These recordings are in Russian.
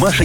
Маша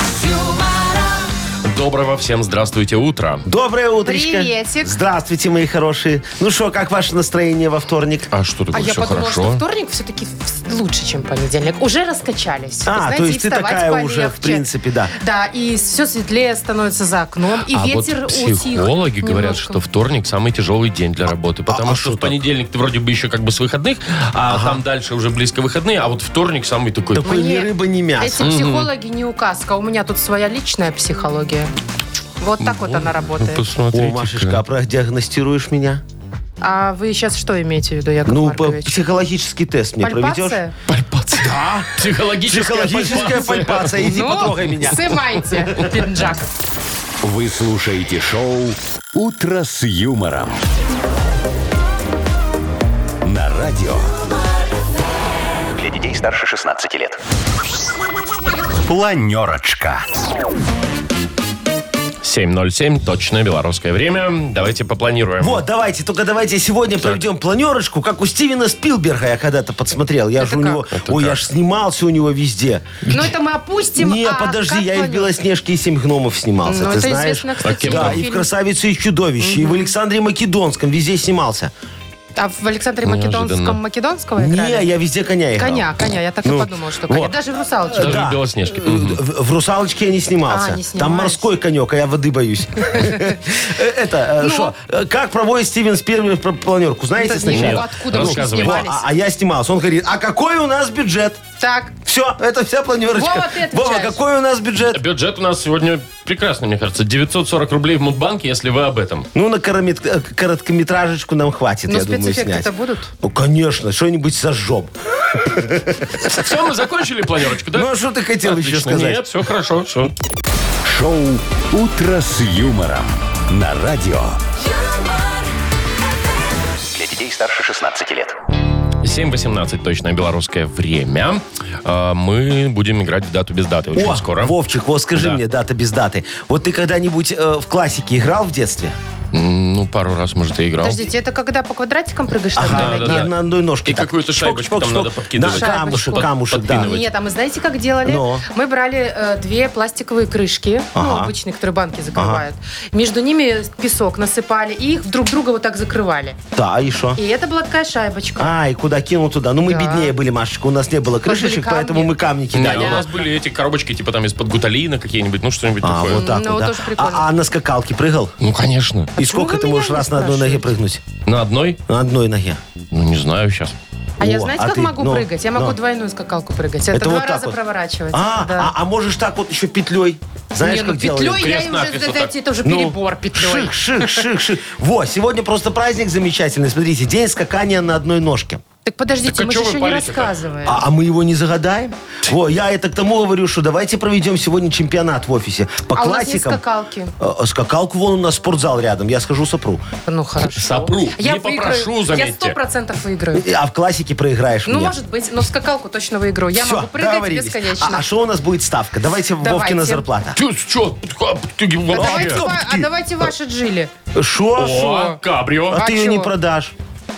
Доброго всем здравствуйте утро. Доброе утречко. Приветик. Здравствуйте, мои хорошие. Ну что, как ваше настроение во вторник? А что А такое, я все подумала, что хорошо? вторник все-таки лучше, чем понедельник. Уже раскачались. А, Знаете, то и есть ты вставать такая уже, в полегче. принципе, да. Да, и все светлее становится за окном, и а ветер вот утих. психологи говорят, немножко. что вторник самый тяжелый день для работы, потому а что в что понедельник ты вроде бы еще как бы с выходных, а там дальше уже близко выходные, а вот вторник самый такой. Такой ни рыба, ни мясо. Эти психологи не указка. У меня тут своя личная психология. Вот так Ну, вот она работает. О, Посмотрите. Машечка, а продиагностируешь меня? А вы сейчас что имеете в виду, Яков Ну, по- Маркович? психологический тест мне проведешь? Пальпация? Пальпация. Психологическая, Психологическая пальпация. пальпация. Иди Ну, потрогай меня. сымайте пиджак. Вы слушаете шоу «Утро с юмором». На радио. Для детей старше 16 лет. Планерочка. 7.07, точное белорусское время. Давайте попланируем. Вот, давайте, только давайте сегодня проведем планерочку, как у Стивена Спилберга я когда-то подсмотрел. Я же у как? него, Это ой, я как? ж снимался у него везде. Ну, это мы опустим. Не, а подожди, как я и в плани- «Белоснежке» и «Семь гномов» снимался, Ну, ты это знаешь? известно, кстати, Кем? его Да, и в фильм. «Красавице и чудовище», и в «Александре Македонском» везде снимался. А в Александре Ну, Неожиданно. Македонском Македонского Не, играли? я везде коня играл. Коня, коня, я так и Ну, подумала, что коня. вот. Даже в «Русалочке». Даже да. в Белоснежке. Мгм. В, в «Русалочке» я не снимался. А, не Там снимались. морской конек, а я воды боюсь. Это, э, что, э, как проводит Стивен Спилберг про- планерку? Знаете Ну, Это не сначала? откуда мы Рассказывай. Во, снимались. А а я снимался. Он говорит, а какой у нас бюджет? Так, Все, это вся Вова, планерочка. ты отвечаешь. Вова, какой у нас бюджет? Бюджет у нас сегодня прекрасный, мне кажется. 940 рублей в Мудбанке, если вы об этом. Ну, на коромет- э, короткометражечку нам хватит, ну я думаю, снять. спецэффекты-то будут? Ну, конечно, что-нибудь сожжем. Все, мы закончили планерочку, да? Ну, а что ты хотел еще Отлично. сказать? Нет, все хорошо, все. Шоу «Утро с юмором» на радио. юмор, Для детей старше 16 лет. 7.18 точное белорусское время. А, Мы будем играть в дату без даты очень О, скоро. Вовчик, вот скажи Да. мне, дата без даты. Вот ты когда-нибудь э, в классике играл в детстве? М, Ну, пару раз, может, и играл. Подождите, это когда по квадратикам прыгаешь на одной да, ноге? да. На, на одной ножке. И так. какую-то Шок, шайбочку шок, там шок. надо подкидывать. Да, камушек, Под- камушек, да. подпинывать. Нет, а мы знаете, как делали? Но. Мы брали э, две пластиковые крышки, ну, Ну. Ага. обычные, которые банки закрывают. Между ними песок насыпали, и их друг друга вот так закрывали. Да, и что? И это была такая шайбочка. А, и куда кинул туда? Ну, мы Да. беднее были, Машечка, у нас не было Пошли крышечек, камни. поэтому мы камни Не, кидали. у нас были эти коробочки, типа там из-под гуталина какие-нибудь, ну, что-нибудь А, такое. вот так Ну, вот, да. тоже прикольно. а, а на скакалке прыгал? Ну, конечно. И почему сколько вы ты меня можешь не раз на одной ноге спрашиваете? прыгнуть? На одной? На одной ноге. Ну, не знаю сейчас. А я О, знаете, а как ты- могу ну, прыгать? Я могу ну. двойную скакалку прыгать. Это, Это два вот так раза вот. проворачивается. А, да. а, а можешь так вот еще петлей? Знаешь, Не, ну, как делают? петлей я им уже, Крест-накрест вот так. знаете, это уже Ну, перебор петлей. Шик, шик, шик, шик. Во, сегодня просто праздник замечательный. Смотрите, день скакания на одной ножке. Так подождите, Так а мы же чё вы еще не палите-то? рассказываем. А, а мы его не загадаем? Во, я это к тому говорю, что давайте проведем сегодня чемпионат в офисе. По А у нас есть классикам. скакалки. Э, Скакалку вон у нас спортзал рядом. Я схожу сопру. Ну хорошо. Сопру. Я Не выиграю. попрошу, Я заметьте. сто процентов выиграю. Э, А в классике проиграешь Ну, мне. может быть, но в скакалку точно выиграю. Я Всё, могу прыгать договорились. бесконечно. А- А что у нас будет ставка? Давайте, Давайте. Вовкина зарплата. Ты что? Ты А давайте, вообще? ва- а ты. давайте ваши джили. Шо? О, А, кабрио. А ты ее не чё? продашь.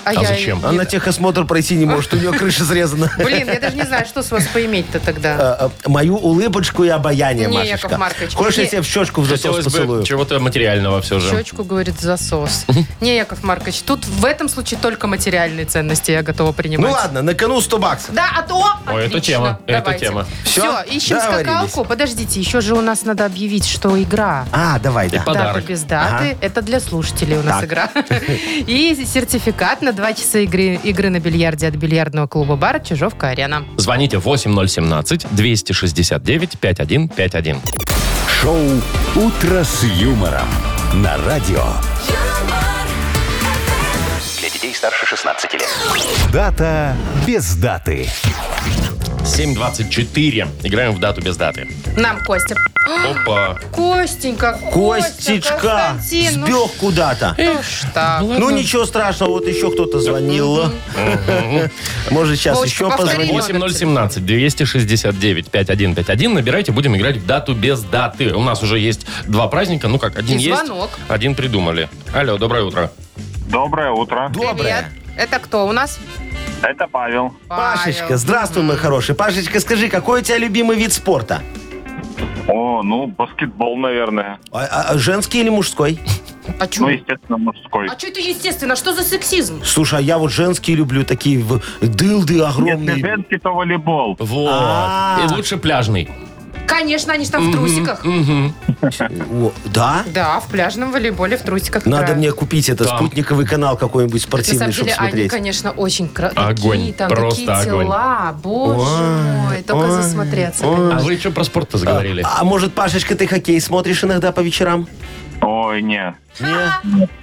А, я- зачем? Она техосмотр пройти не может. У нее крыша срезана. Блин, я даже не знаю, что с вас поиметь-то тогда. Э, э, Мою улыбочку и обаяние, Не, Машечка. Яков Маркович, Хочешь, я не- тебе в щечку в засос Хотелось поцелую? бы чего-то материального все же. Щечку, говорит, засос. Не, Яков Маркович, тут в этом случае только материальные ценности я готова принимать. Ну ладно, на кону 100 баксов. Да, а то... Ой, это Отлично, тема, это давайте. тема. Все, Всё, ищем договорились. скакалку. Подождите, еще же у нас надо объявить, что игра. А, давай, да. Дата Подарок. без даты. Это для слушателей у нас Так. игра. И сертификат на два часа игры, игры на бильярде от бильярдного клуба бара «Чижовка-арена». Звоните 8017-269-5151. Шоу «Утро с юмором» на радио. юмор, Для детей старше 16 лет. Дата без даты. 724. Играем в дату без даты. Нам Костя Опа. Костенька, Костечка ну сбег куда-то. что? Ну ничего страшного, вот еще кто-то звонил. Может, сейчас еще Вовочка, повтори. позвонить. 8017 269 5151. Набирайте, будем играть в дату без даты. У нас уже есть два праздника. Ну как, один И есть, звонок. один придумали. Алло, доброе утро. Доброе утро. Привет. Доброе. Это кто у нас? Это Павел. Пашечка, Павел. здравствуй, мой хороший. Пашечка, скажи, какой у тебя любимый вид спорта? О, ну, баскетбол, наверное. А- а- а Женский или мужской? А Ну, что? естественно, мужской. А что это естественно? Что за сексизм? Слушай, а я вот женские люблю, такие в- дылды Если огромные. женский, то волейбол. Вот. А. И лучше пляжный. Конечно, они же там в трусиках. О, да? Да, в пляжном волейболе в трусиках. Надо играют. мне купить это, Там. спутниковый канал какой-нибудь На самом спортивный, чтобы деле, они, смотреть. конечно, очень кра- Огонь, Такие, там, просто такие тела. Боже мой, только засмотреться. А вы что про спорт-то заговорили? А может, Пашечка, ты хоккей смотришь иногда по вечерам? Ой, не.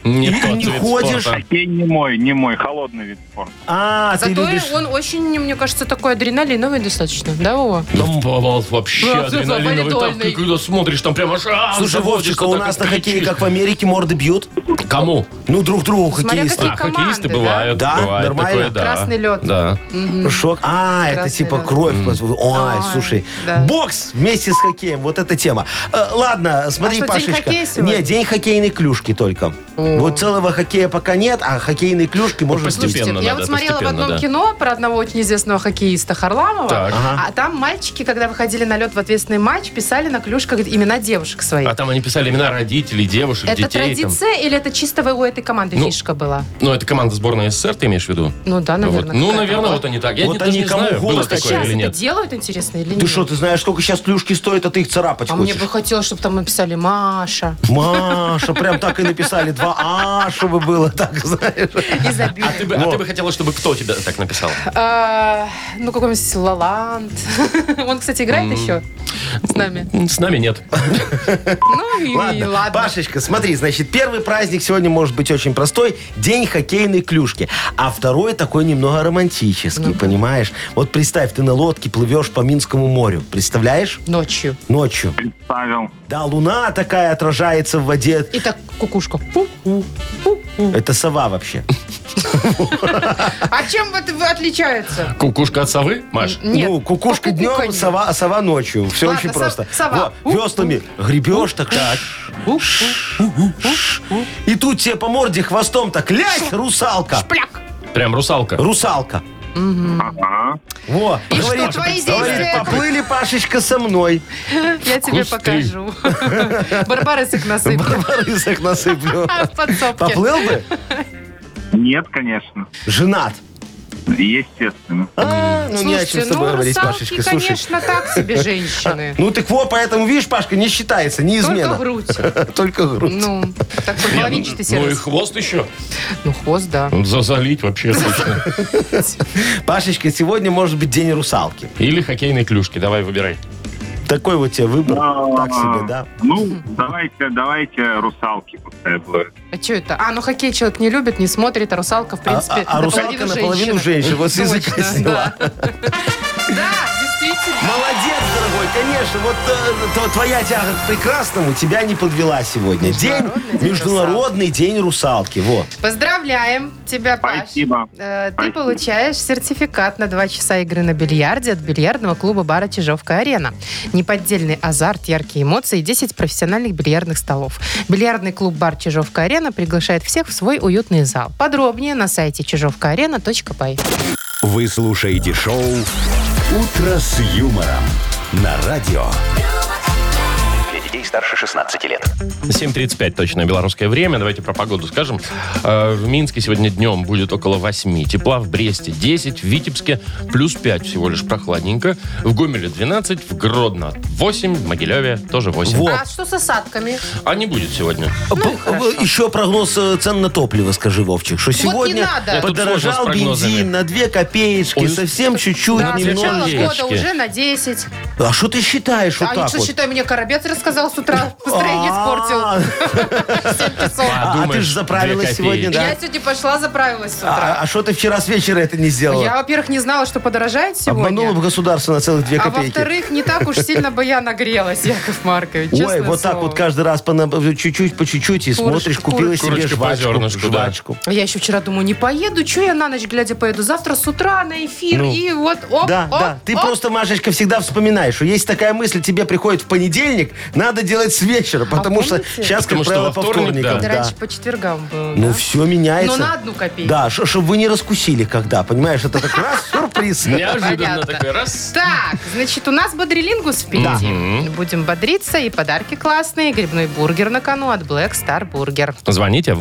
Не и тот не вид ходишь? спорта. Хоккей не мой, не мой. Холодный вид спорта. А, ты Зато любишь... он очень, мне кажется, такой адреналиновый достаточно. Да, Вова? Ну, Павел, вообще Ну, абсолютно адреналиновый. Там, ты валидольный. когда смотришь, там прямо аж... а, Слушай, заходишь, Вовчика, ты у так нас вот на хоккее, кричишь. как в Америке, морды бьют. Кому? Ну, друг другу Смотря хоккеисты. какие А, Команды, хоккеисты да? бывают. Да, бывает нормально. такое, да. Красный лед. Да. Шок. А, это Красный типа лед. кровь. возможно. Ой, Ой, слушай. да. Бокс вместе с хоккеем. Вот эта тема. Э, ладно, смотри, А что, день Пашечка. хоккея сегодня? Нет, день хоккейной клюшки только. Вот целого хоккея пока нет, а хоккейной клюшки может быть. постепенно Я надо, вот смотрела в постепенно, одном да. кино про одного очень известного хоккеиста Харламова, Так. а там мальчики, когда выходили на лед в ответственный матч, писали на клюшках имена девушек своих. А там они писали имена родителей, девушек, это детей. там. традиция или это чисто у этой команды Ну, фишка была? Ну, это команда сборной СССР, ты имеешь в виду? Ну да, наверное. Вот. Ну, какая-то наверное, была. вот они так. Я Вот не- даже они не кому знаю, было голос такое Сейчас или это нет. делают, интересно, или нет? Ты что, ты знаешь, сколько сейчас клюшки стоят, а ты их царапать а мне хочешь? бы хотелось, чтобы там написали Маша. Маша, прям так и написали. Два А, чтобы было так, знаешь. И забили. А ты, бы, а ты бы хотела, чтобы кто тебя так написал? А, ну, какой-нибудь Лаланд. Он, кстати, играет еще с нами. С нами нет. Ну и Ладно. ладно. Пашечка, смотри, значит, первый праздник сегодня может быть очень простой. День хоккейной клюшки. А второй такой немного романтический, понимаешь? Вот представь, ты на лодке плывешь по Минскому морю. Представляешь? Ночью. Ночью. Представил. Да, луна такая отражается в воде. И так кукушка. Пу. Это сова вообще. А чем это вы отличается? Кукушка от совы, Маш? Нет. ну, кукушка днем, кукуканье. сова, а сова ночью. Все Ладно, очень со- просто. сова. Во, веслами гребешь так. шш, шш, шш. И тут тебе по морде хвостом так лязь, русалка. Пляк. Прям русалка. Ну Русалка. Ага. Во, И говорит, что, твои говорит, действия? поплыли, Пашечка, со мной. Я тебе Вкус ты. покажу. Барбарысок насыпал. Барбарысок насыплю. А, В подсобке. Поплыл бы? Нет, конечно. Женат. Естественно. А, ну не о чем с Слушайте, тобой ну говорить, русалки, Пашечка, слушай. конечно, так себе женщины. Ну так вот, поэтому, видишь, Пашка, не считается, не Только измена. грудь. Только грудь. Ну, так что половинчатый Ну и сервис. хвост еще. Ну, хвост, да. Зазалить вообще отлично. Пашечка, сегодня может быть день русалки. Или хоккейные клюшки. Давай, выбирай. Такой вот тебе выбор. А, Так себе, да? Ну, давайте, давайте русалки. пускай будут. А что это? А, ну хоккей человек не любит, не смотрит, а русалка, в А, принципе, а- а русалка наполовину наполовину женщина. Вот с языка Точно, сняла. Да, Да, действительно. Молодец, дорогой, конечно. Вот э, т- твоя тяга к прекрасному тебя не подвела сегодня. День, Международный день международный день русалки. Вот. Поздравляем тебя, Паш. Спасибо. Э, Ты Спасибо. получаешь сертификат на два часа игры на бильярде от бильярдного клуба бара «Чижовка-арена». Неподдельный азарт, яркие эмоции и 10 профессиональных бильярдных столов. Бильярдный клуб бар «Чижовка-арена» приглашает всех в свой уютный зал. Подробнее на сайте чижовкаарена.бай. Вы слушаете шоу «Утро с юмором» на радио. Для детей старше 16 лет. 7.35 точное белорусское время. Давайте про погоду скажем. Э, В Минске сегодня днем будет около 8 тепла, в Бресте 10, в Витебске плюс 5 всего лишь прохладненько, в Гомеле 12, в Гродно 8, в Могилеве тоже 8. Во. А что с осадками? А не будет сегодня. Ну, Б- в- Еще прогноз э, цен на топливо, скажи, Вовчик, что сегодня надо. Я тут подорожал сложно с прогнозами. бензин на 2 копеечки, Ой, совсем чуть-чуть, да, с немножко. начала немножечко. года уже на 10. А что ты считаешь вот а так что, вот? считай, мне Коробец рассказал с утра. настроение испортил. А, в 7 часов. А, А, а ты думаешь, же заправилась две сегодня, копейки. да? Я сегодня пошла, заправилась с утра. А а что ты вчера с вечера это не сделала? Я, во-первых, не знала, что подорожает Обманула бы сегодня. государство на целых две А копейки. во-вторых, не так уж сильно бы я нагрелась, Яков Маркович. Ой, честное вот так слово. вот каждый раз по на- чуть-чуть по чуть-чуть и смотришь, купила курочка. себе Курочка по жвачку. зернышку, да. жвачку. А Я еще вчера думаю, не поеду, что я на ночь глядя поеду. Завтра с утра на эфир, Ну. и вот оп, Да, оп, да. Ты оп. просто, Машечка, всегда вспоминаешь, что есть такая мысль, тебе приходит в понедельник, надо делать с вечера, потому что А помните? сейчас, как Потому что правило, во по вторник, вторникам. Это да. раньше по четвергам было, Ну, да? все меняется. Но на одну копейку. Да, чтобы вы не раскусили, когда, понимаешь, это как раз сюрприз. Неожиданно Понятно. такой раз. Так, значит, у нас бодрилингус впереди. Будем бодриться, и подарки классные, и грибной бургер на кону от Black Star Burger. Звоните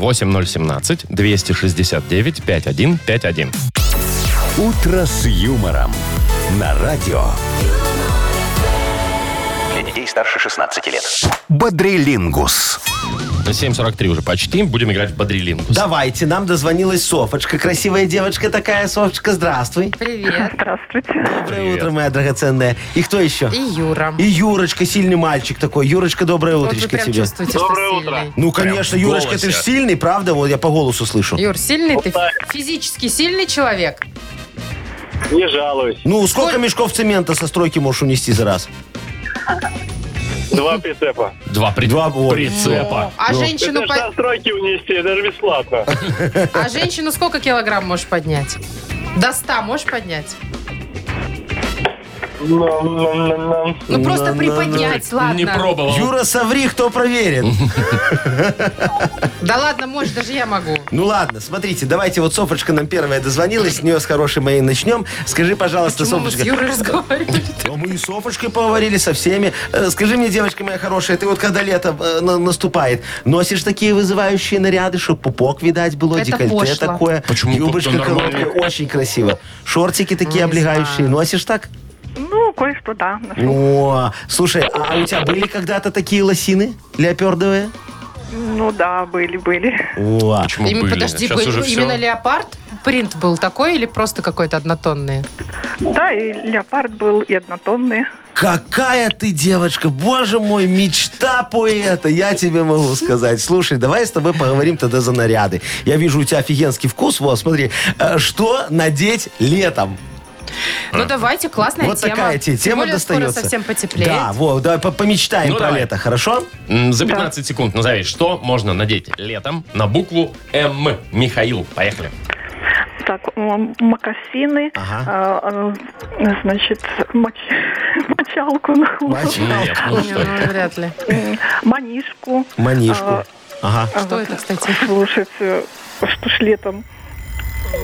8017-269-5151. «Утро с юмором» на радио. Для детей старше 16 лет. Бодрилингус. 7.43 уже почти. Будем играть в бодрилингус. Давайте, нам дозвонилась Софочка. Красивая девочка такая, Софочка, здравствуй. Привет. Доброе Привет. утро, моя драгоценная. И кто еще? И Юра. И Юрочка, сильный мальчик такой. Юрочка, доброе вот вы утречко прям тебе. чувствуете, Доброе что утро. сильный. Ну, конечно, в Юрочка, голосе. ты же сильный, правда? Вот я по голосу слышу. Юр, сильный ты? Физически сильный человек? Не жалуюсь. Ну, сколько мешков цемента со стройки можешь унести за раз? Два прицепа. Два, при- Два, вот. прицепа. А ну женщину, по- стройки унести, это же бесплатно. а женщину сколько килограмм можешь поднять? До 100 можешь поднять? Ну, просто На-на-на. приподнять, Не ладно. пробовал. Юра, соври, кто проверит. Да ладно, можешь, даже я могу. Ну ладно, смотрите, давайте вот Софочка нам первая дозвонилась, с нее с хорошей моей начнем. Скажи, пожалуйста, Почему мы с Софочка. Юрой разговаривали? Да мы и с Софочкой поговорили со всеми. Э, Скажи мне, девочка моя хорошая, ты вот когда лето э, на- наступает, носишь такие вызывающие наряды, чтобы пупок, видать, было, Это декольте пошло. такое, Почему как-то юбочка нормально? короткая, очень красиво. Шортики такие Ну, Не облегающие, знаю. носишь так? Ну, кое-что, да. нашел. О, слушай, а у тебя были когда-то такие лосины леопердовые? Ну да, были, были. О, Почему Ими- были? Подожди, Сейчас был- уже все. именно леопард? Принт был такой или просто какой-то однотонный? Да, и леопард был, и однотонный. Какая ты девочка, боже мой, мечта поэта, я тебе могу сказать. Слушай, давай с тобой поговорим тогда за наряды. Я вижу, у тебя офигенский вкус, вот, смотри. Э, Что надеть летом? Ну давайте, классная вот тема. такая тебе Тем тема более достается. скоро совсем потеплеет. Да, вот, давай по- помечтаем Ну, про давай. лето, хорошо? М, За 15 секунд назови, что можно надеть летом на букву М. Михаил, поехали. Так, м, мокасины, Ага. а, а, значит, моч- мочалку на Мочалку. Нет, ну Не, что ну, вряд ли. манишку. Манишку. А, Ага. а, Что вот, это, кстати? Слушайте, что ж летом?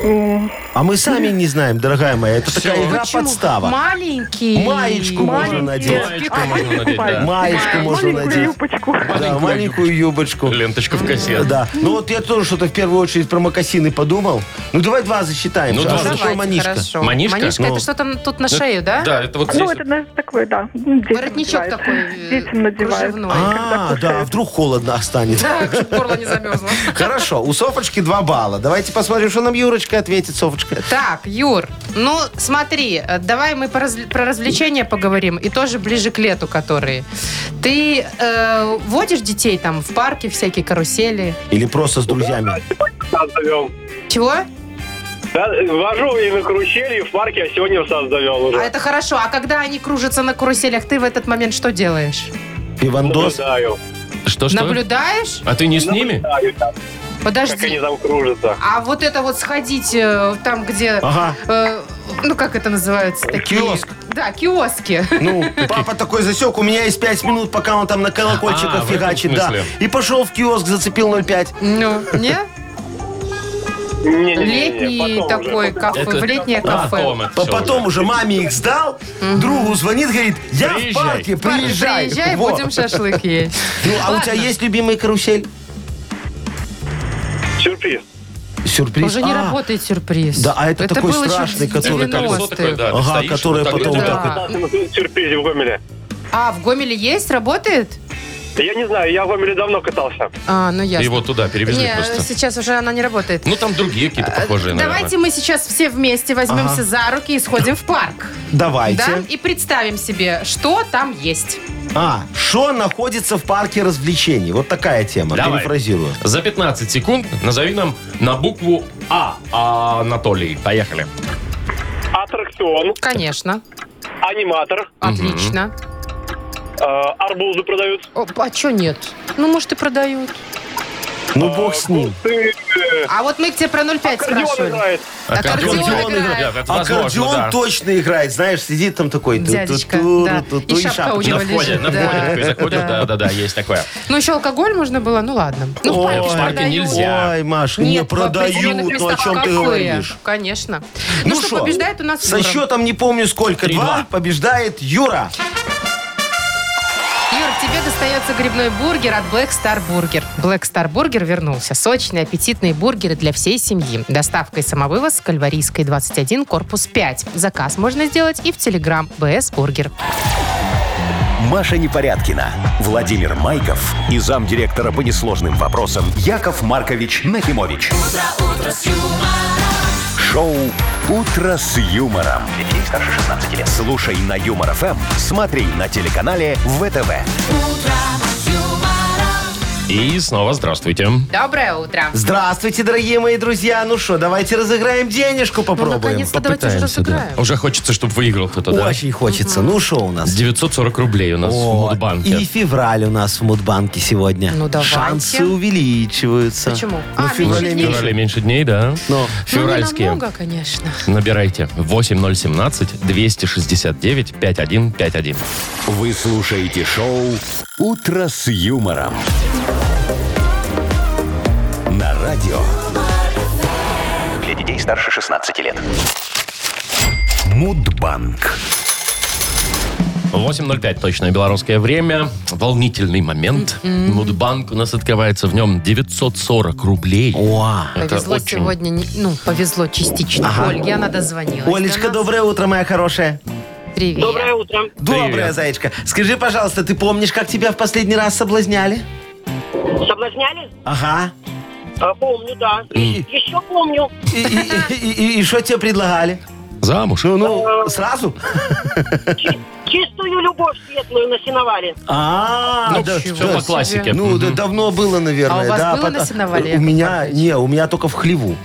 М, А мы сами не знаем, дорогая моя, это такая игра Почему? подстава. Маленький. Маечку можно надеть. Пик- Маечку можно надеть, да. Маечку можно Маленькую надеть. юбочку. Да, маленькую юбочку. Ленточка в кассет. Да. Ну вот я тоже что-то в первую очередь про мокасины подумал. Ну давай два засчитаем. Ну, А два. что такое Давайте, манишка? хорошо. Манишка? Ну. это что там тут на шею, да? Да, это вот здесь. Ну, это наверное, такой, да. м, детям Воротничок надевают. такой э, Детям надевают. кружевной. А, да, вдруг холодно останется. Да, чтоб горло не замерзло. Хорошо, у Софочки два балла. Давайте посмотрим, что нам Юрочка ответит, Софочка. Так, Юр, ну смотри, э, давай мы по разв- про развлечения поговорим, и тоже ближе к лету, которые. Ты э, водишь детей там в парке, всякие карусели? Или просто с друзьями. Завел. Чего? Да, вожу и на карусели, и в парке, а сегодня в сад завел А уже. это хорошо. А когда они кружатся на каруселях, ты в этот момент что делаешь? Пивандос. Наблюдаю. Что-что? Наблюдаешь? А ты не с ними? Наблюдаю, как Подожди. они там кружатся. А вот это вот сходить э, там, где... Ага. э, ну, как это называется? Такие... А? Киоск. Да, киоски. Ну, папа такой засек, у меня есть пять минут, пока он там на А, колокольчиках в этом фигачит, да. смысле. И пошел в киоск, зацепил 0,5. Ну, не? Не-не-не, Летний потом уже, такой кафе, Это- в летнее Да, кафе. Потом это По- всё Потом уже маме их сдал, другу звонит, говорит, я Приезжай. в парке, Пар- приезжай. Приезжай, Вот. будем шашлык есть. Ну, а у Ладно. тебя есть любимый карусель? Сюрприз. Сюрприз. Уже не А, работает сюрприз. Да, а это такой было еще страшный, в который уже. Колесо 90-е. такое, да. ты Ага, стоишь, которое вот так потом вот, вот да. так вот. Да. Сюрприз в Гомеле. А, в Гомеле есть? Работает? Я не знаю, я в Гомеле давно катался. А, ну ясно. Его туда перевезли Не, просто. сейчас уже она не работает. Э, Ну, там другие какие-то похожие, Давайте наверное. мы сейчас все вместе возьмемся Ага. за руки и сходим в парк. Давайте. Да? И представим себе, что там есть. А, что находится в парке развлечений? Вот такая тема. Давай. Перефразирую. За 15 секунд назови нам на букву А. Анатолий, поехали. Аттракцион, Конечно. аниматор, Отлично. э, арбузы продают. О, а что нет? Ну, может, и продают. Ну, бог с ним. Ты, э, А вот мы к тебе про 0,5 Аккордеон спрашивали. играет. Аккордеон Аккордеон играет. играет. Это возможно, Аккордеон да. точно играет. Знаешь, сидит там такой... ту- ту- Дядечка, ту- да. ту- И ту- шапка у На него входе, лежит, на входе. да. такой заходишь, Да. да, да, да, есть такое. Ну, еще алкоголь можно было, ну ладно. Ну, в парке Ой, ж в парке продают. нельзя. Ой, Маш, не Нет, в определенных продают. Ну, о местах чем ты кафе. говоришь? Конечно. Ну, что, шо, побеждает у нас Со Юра. счетом не помню сколько. Три-два. Два побеждает Юра. Юр, тебе достается грибной бургер от Black Star Burger. Black Star Burger вернулся. Сочные, аппетитные бургеры для всей семьи. Доставка и самовывоз с Кальварийской 21, корпус 5. Заказ можно сделать и в Телеграм БС Бургер. Маша Непорядкина, Владимир Майков и замдиректора по несложным вопросам Яков Маркович Нахимович. Шоу Утро с юмором. Детей старше 16 лет. Слушай на юмор ФМ, смотри на телеканале ВТВ. И снова здравствуйте. Ну, Доброе утро. Здравствуйте, дорогие мои друзья. Ну что, давайте разыграем денежку, попробуем. Ну, наконец-то давайте уже разыграем. Уже хочется, чтобы выиграл кто-то, да? Очень хочется. Ну что у нас? 940 рублей у нас в Вот. Мудбанке. И февраль у нас в Мудбанке сегодня. Ну, давайте. Шансы увеличиваются. Почему? Ну, А, в феврале В меньше дней. феврале меньше дней, да? Но. Февральские. Ну, не намного, конечно. Набирайте 8017-269-5151. Вы слушаете шоу Утро с юмором. На радио Для детей старше 16 лет. Мудбанк. 8.05 точное белорусское время. Волнительный момент. Мудбанк у нас открывается. В нем 940 рублей. О. Это повезло очень- сегодня, не- ну, повезло частично. Ольге она дозвонилась. Олечка, до нас. доброе утро, моя хорошая. Привет. Доброе утро. Доброе, зайчка. Скажи, пожалуйста, ты помнишь, как тебя в последний раз соблазняли? Соблазняли? Ага. А, Помню, да. Еще помню. И- и- и- И что тебе предлагали? Замуж. Ну, ну, сразу? Чи- Чистую любовь светлую насиновали. А, Ну, да, всё да. по классике. Ну, да, давно было, наверное. А у вас да, было пота- на сеновале, У Яков меня, Маркович? не, у меня только в хлеву.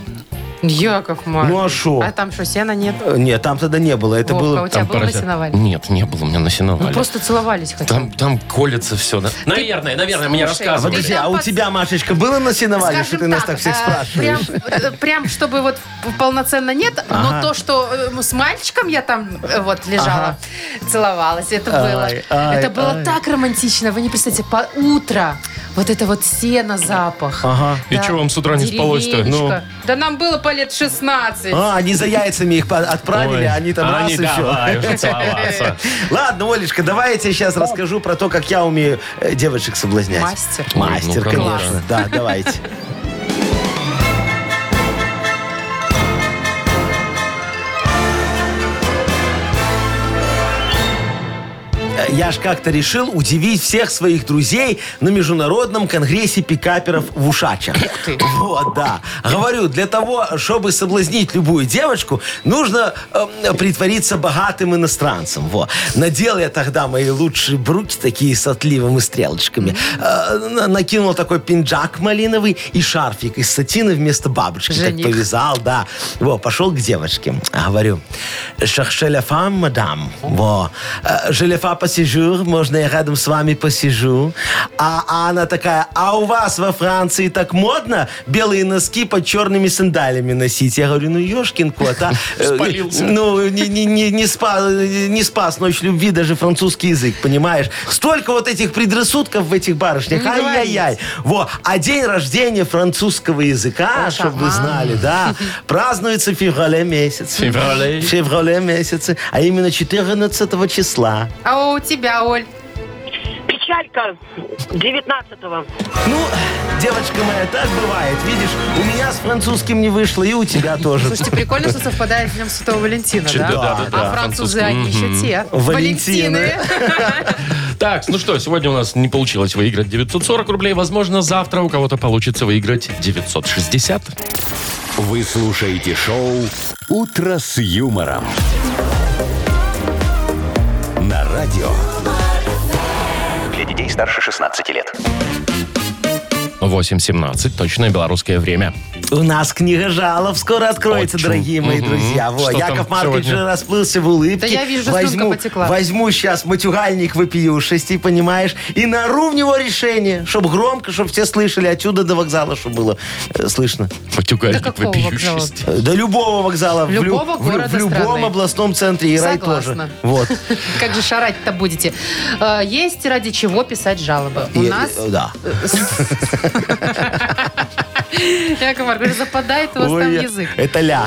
Яков Маркович. Ну, а шо? А там что, сена нет? Э, Нет, там тогда не было. Это Вовка, было... у тебя было поросят. на сеновале? Нет, не было у меня на сеновале. Ну, просто целовались хотя бы. Там, там колется все. Наверное, наверное, мне Слушай, рассказывали. Подожди, а у Под- тебя, Машечка, было на сеновале, что ты нас так всех э, спрашиваешь? Прям, э, прям, чтобы вот в- полноценно нет, но то, что э, с мальчиком я там э, вот лежала, целовалась, это Ай, было. ай, это было ай. так романтично, вы не представляете, по утро вот это вот сено запах. Ага. И чё вам с утра не спалось-то? Ну. деревенечка. Да нам было по лет 16. А, они за яйцами их по- отправили, Ой. а они там А раз они и все. давай уже целоваться. Ладно, Олечка, давай я тебе сейчас расскажу про то, как я умею э, девочек соблазнять. Мастер. Мастер, Ну, конечно. конечно. Да, давайте. Я ж как-то решил удивить всех своих друзей на международном конгрессе пикаперов в Ушачах. ты. Вот, да. Говорю, для того, чтобы соблазнить любую девочку, нужно э, притвориться богатым иностранцем. Во. Надел я тогда мои лучшие брюки, такие с отливом и стрелочками. Э, на- накинул такой пинджак малиновый и шарфик из сатины вместо бабочки. Жених. Так повязал, да. Во, пошел к девочке. Говорю, шахшеляфам, мадам. Во. «Э, Желефа посижу, можно я рядом с вами посижу? А, а она такая, а у вас во Франции так модно белые носки под черными сандалями носить? Я говорю, ну ешкин кот, а. Э, Спалился. Ну, не, не, не, не, спа- не спас ночь любви даже французский язык, понимаешь? Столько вот этих предрассудков в этих барышнях. Ну, Не Ай-яй-яй. Во. А день рождения французского языка, Вот чтобы вы ага. знали, да, празднуется в феврале месяце. Феврале. В феврале месяце, а именно 14 числа. А у тебя, Оль? Печалька 19-го. Ну, девочка моя, так бывает. Видишь, у меня с французским не вышло, и у тебя тоже. Слушайте, прикольно, что совпадает с Днем Святого Валентина, Чё, да? да-да-да, А французы, они еще те. Валентины. Так, ну что, сегодня у нас не получилось выиграть 940 рублей. Возможно, завтра у кого-то получится выиграть 960. Вы слушаете шоу «Утро с юмором» на радио. Для детей старше 16 лет. 8.17, точное белорусское время. У нас книга жалоб скоро откроется, Очень. дорогие мои Мгм. друзья. Во, Что там Яков Маркович сегодня? же расплылся в улыбке. Да я вижу, слюнка возьму, потекла. возьму сейчас матюгальник вопиюшести, понимаешь, и нару в него решение, чтобы громко, чтобы все слышали, отсюда до вокзала, чтобы было э, слышно. До Матюгальник какого вокзала? вопиющести. Э, До любого вокзала. в лю- Любого в, лю- города в любом страны. областном центре. И рай тоже. Согласна. Вот. Как же шарать-то будете? Э, Есть ради чего писать жалобы. У И- нас... э, Да. Яков Маркович, западает у вас там Ой, я- язык. Это ля.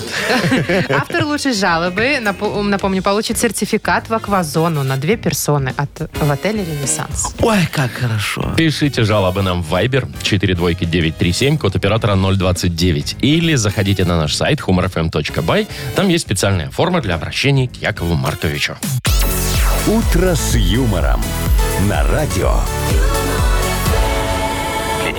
Автор лучшей жалобы, напо- напомню, получит сертификат в аквазону на две персоны от, в отеле «Ренессанс». Ой, как хорошо. Пишите жалобы нам в Viber 42937, код оператора 029. Или заходите на наш сайт humorfm.by. Там есть специальная форма для обращений к Якову Марковичу. «Утро с юмором» на радио. Для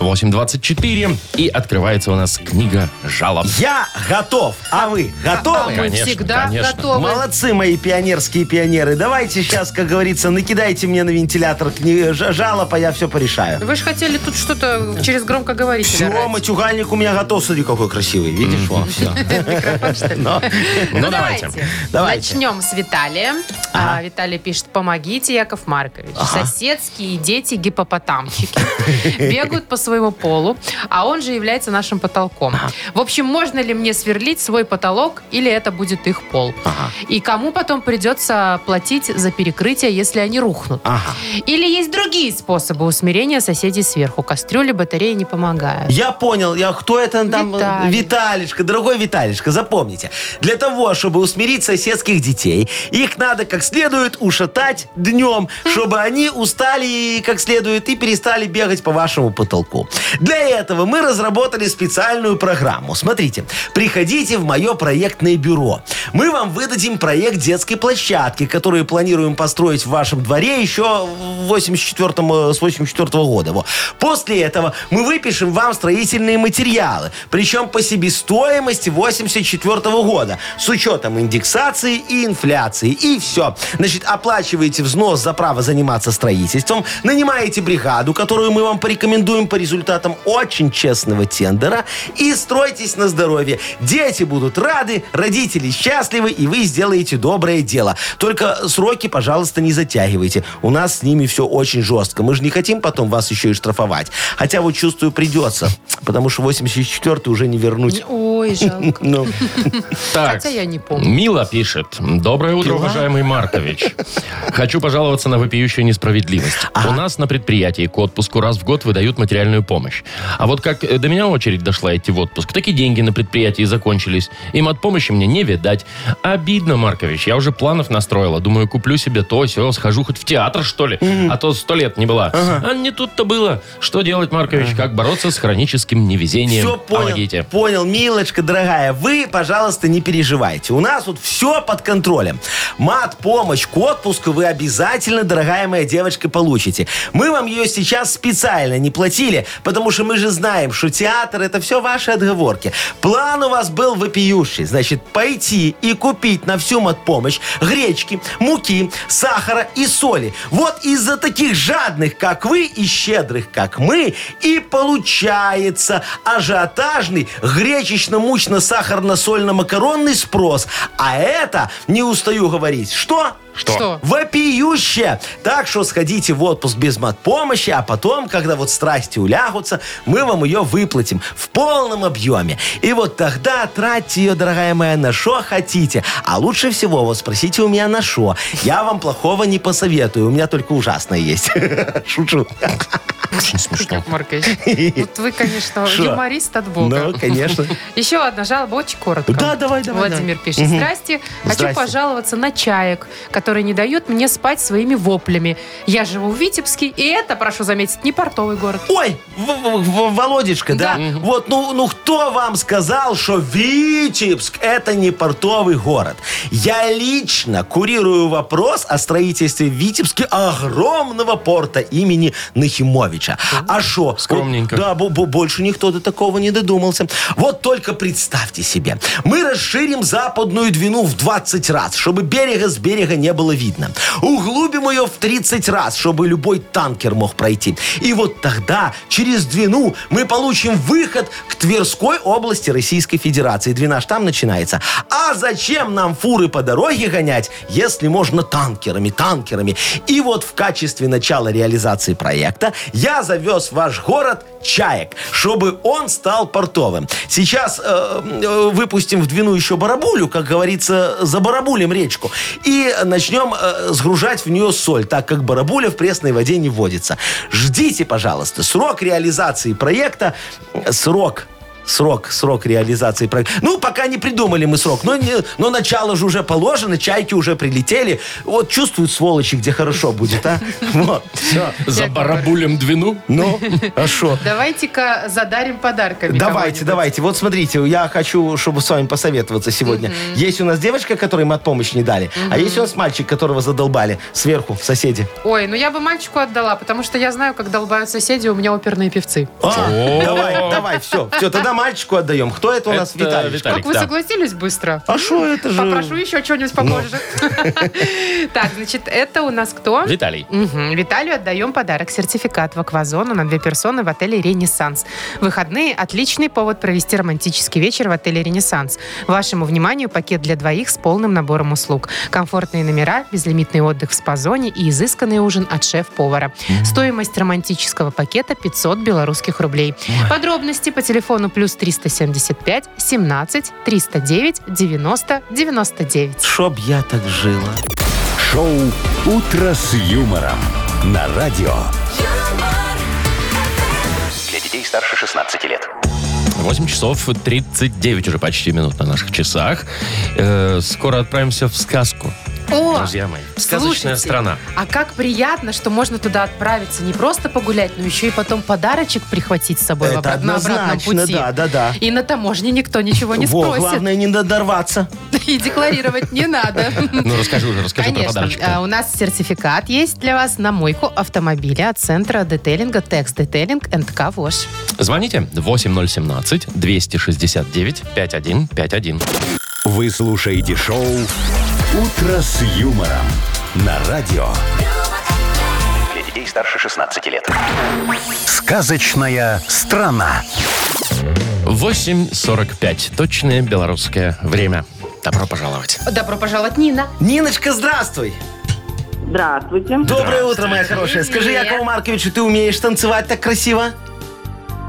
8.24. И открывается у нас книга жалоб. Я готов. А вы готовы? Мы Конечно, всегда конечно. готовы. Молодцы мои пионерские пионеры. Давайте сейчас, как говорится, накидайте мне на вентилятор кни- ж- жалоб, а я все порешаю. Вы же хотели тут что-то через громкоговоритель Все, орать. матюгальник у меня готов. Смотри, какой красивый. Видишь, во, всё. Микрофон, что ли? Но- Ну, давайте. Давайте. Начнем с Виталия. А, Виталий пишет, помогите, Яков Маркович. Соседские дети гипопотамчики бегают по своему полу, а он же является нашим потолком. В общем, можно ли мне сверлить свой потолок или это будет их пол? И кому потом придется платить за перекрытие, если они рухнут? Ага. Или есть другие способы усмирения соседей сверху? Кастрюли, батареи не помогают. Я понял, я кто это там? Виталий. Виталишка, дорогой Виталишка, запомните. Для того, чтобы усмирить соседских детей, их надо как следует ушатать днем, чтобы они устали как следует и перестали бегать по вашему потолку. Для этого мы разработали специальную программу. Смотрите, приходите в мое проектное бюро. Мы вам выдадим проект детской площадки, который планируем построить в вашем дворе еще в 84 с 84 года. Во. После этого мы выпишем вам строительные материалы, причем по себестоимости 84 года, с учетом индексации и инфляции. И все. Значит, оплачиваете взнос за право заниматься строительством, нанимаете бригаду, Ну, которую мы вам порекомендуем по результатам очень честного тендера, и стройтесь на здоровье. Дети будут рады, родители счастливы, и вы сделаете доброе дело. Только сроки, пожалуйста, не затягивайте. У нас с ними все очень жестко. Мы же не хотим потом вас еще и штрафовать. Хотя вот чувствую придется, потому что 84-й уже не вернуть. Ой, жалко. Ну, Так. Хотя я не помню. Мила пишет. Доброе утро, уважаемый Маркович. Хочу пожаловаться на вопиющую несправедливость. У нас на предприятии к отпуску раз в год выдают материальную помощь. А вот как э, до меня очередь дошла идти в отпуск, так и деньги на предприятии закончились. Им от помощи мне не видать. Обидно, Маркович. Я уже планов настроила. Думаю, куплю себе то, все, схожу хоть в театр, что ли. А то сто лет не была. А не тут-то было. Что делать, Маркович? Как бороться с хроническим невезением? Все понял, Помогите. понял, милочка дорогая. Вы, пожалуйста, не переживайте. У нас тут все под контролем. Мат, помощь к отпуску вы обязательно, дорогая моя девочка, получите. Мы вам ее сейчас специально не платили, потому что мы же знаем, что театр это все ваши отговорки. План у вас был вопиющий. Значит, пойти и купить на всю матпомощь гречки, муки, сахара и соли. Вот из-за таких жадных, как вы, и щедрых, как мы, и получается ажиотажный гречечно-мучно-сахарно-сольно-макаронный спрос. А это, не устаю говорить, что? Что? Вопиюще! Так что сходите в отпуск без матпомощи, а потом, когда вот страсти улягутся, мы вам ее выплатим в полном объеме. И вот тогда тратьте ее, дорогая моя, на что хотите. А лучше всего вот спросите у меня на что. Я вам плохого не посоветую, у меня только ужасное есть. Шучу. Очень смешно. Яков Маркович, вот вы, конечно, Шо? юморист от бога. Ну, конечно. Еще одна жалоба, очень коротко. Да, давай, давай, Владимир пишет. Здрасте. Хочу Здрасте. пожаловаться на чаек, которые не дают мне спать своими воплями. Я живу в Витебске, и это, прошу заметить, не портовый город. Ой, В- В- В- Володечка, да? Вот, ну, ну кто вам сказал, что Витебск это не портовый город? Я лично курирую вопрос о строительстве в Витебске огромного порта имени Нахимовича. Марковича. А что? Скромненько. Да, бо- бо- больше никто до такого не додумался. Вот только представьте себе, мы расширим западную двину в 20 раз, чтобы берега с берега не было видно. Углубим ее в 30 раз, чтобы любой танкер мог пройти. И вот тогда, через двину, мы получим выход к Тверской области Российской Федерации. Двина ж там начинается. А зачем нам фуры по дороге гонять, если можно танкерами, танкерами? И вот в качестве начала реализации проекта я завез в ваш город чаек, чтобы он стал портовым. Сейчас э, э, выпустим в Двину еще барабулю, как говорится, забарабулим речку. И начнем э, сгружать в нее соль, так как барабуля в пресной воде не водится. Ждите, пожалуйста, срок реализации проекта, э, срок срок, срок реализации проекта. Ну, пока не придумали мы срок, но, не- но начало же уже положено, чайки уже прилетели. Вот чувствуют сволочи, где хорошо будет, а? Вот, все. За барабулем двину? Ну, а шо? Давайте-ка задарим подарками. Давайте, кого-нибудь. давайте. Вот смотрите, я хочу, чтобы с вами посоветоваться сегодня. Есть у нас девочка, которой мы от помощи не дали, а есть у нас мальчик, которого задолбали сверху, соседи. Ой, ну я бы мальчику отдала, потому что я знаю, как долбают соседи, у меня оперные певцы. А, давай, давай, все. Все, тогда мальчику отдаем. Кто это у нас? Это Виталий. Виталик, Как вы да. согласились быстро? А что это же? Попрошу еще что-нибудь попозже. Ну. Так, значит, это у нас кто? Виталий. Мгм. Виталию отдаем подарок. Сертификат в аквазону на две персоны в отеле «Ренессанс». Выходные – отличный повод провести романтический вечер в отеле «Ренессанс». Вашему вниманию пакет для двоих с полным набором услуг. Комфортные номера, безлимитный отдых в спа-зоне и изысканный ужин от шеф-повара. Стоимость романтического пакета – 500 белорусских рублей. Подробности по телефону плюс 375 17 309 90 99. Чтоб я так жила. Шоу «Утро с юмором» на радио. юмор, Для детей старше 16 лет. 8 часов 39 уже почти минут на наших часах. Э, скоро отправимся в сказку, О! друзья мои. Сказочная Слушайте, страна. А как приятно, что можно туда отправиться, не просто погулять, но еще и потом подарочек прихватить с собой в Это обрат- на обратном однозначно, пути. да, да, да. И на таможне никто ничего не Во, спросит. главное не надорваться. И декларировать не надо. Ну, расскажи уже, расскажи про Конечно. подарочек. А, У нас сертификат есть для вас на мойку автомобиля от центра детейлинга Текст Детейлинг НК ВОЖ. Звоните 8017-269-5151. Вы слушаете шоу «Утро с юмором» на радио. Для детей старше 16 лет. Сказочная страна. 8.45. Точное белорусское время. Добро пожаловать. Добро пожаловать, Нина. Ниночка, здравствуй. Здравствуйте. Доброе утро, моя хорошая. Скажи, Привет. Якову Марковичу, ты умеешь танцевать так красиво?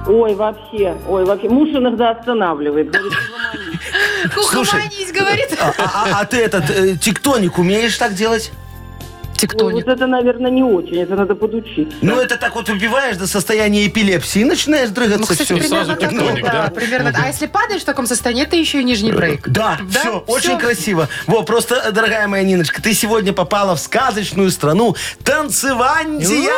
Ой, вообще, ой, вообще. Муж иногда останавливает. Говорит, Угомонись, говорит. А, а- а ты этот, э, тиктоник умеешь так делать? «Ой, Тектоник. вот это, наверное, не очень, это надо подучить. Ну, это так вот убиваешь до состояния эпилепсии и начинаешь Ну, дрыгаться. кстати, все. примерно сразу тектоник, так. да? да, Примерно. А если падаешь в таком состоянии, это еще и нижний брейк. Да, Да, все, всё. очень красиво. Во, просто, э, дорогая моя Ниночка, ты сегодня попала в сказочную страну танцевандия!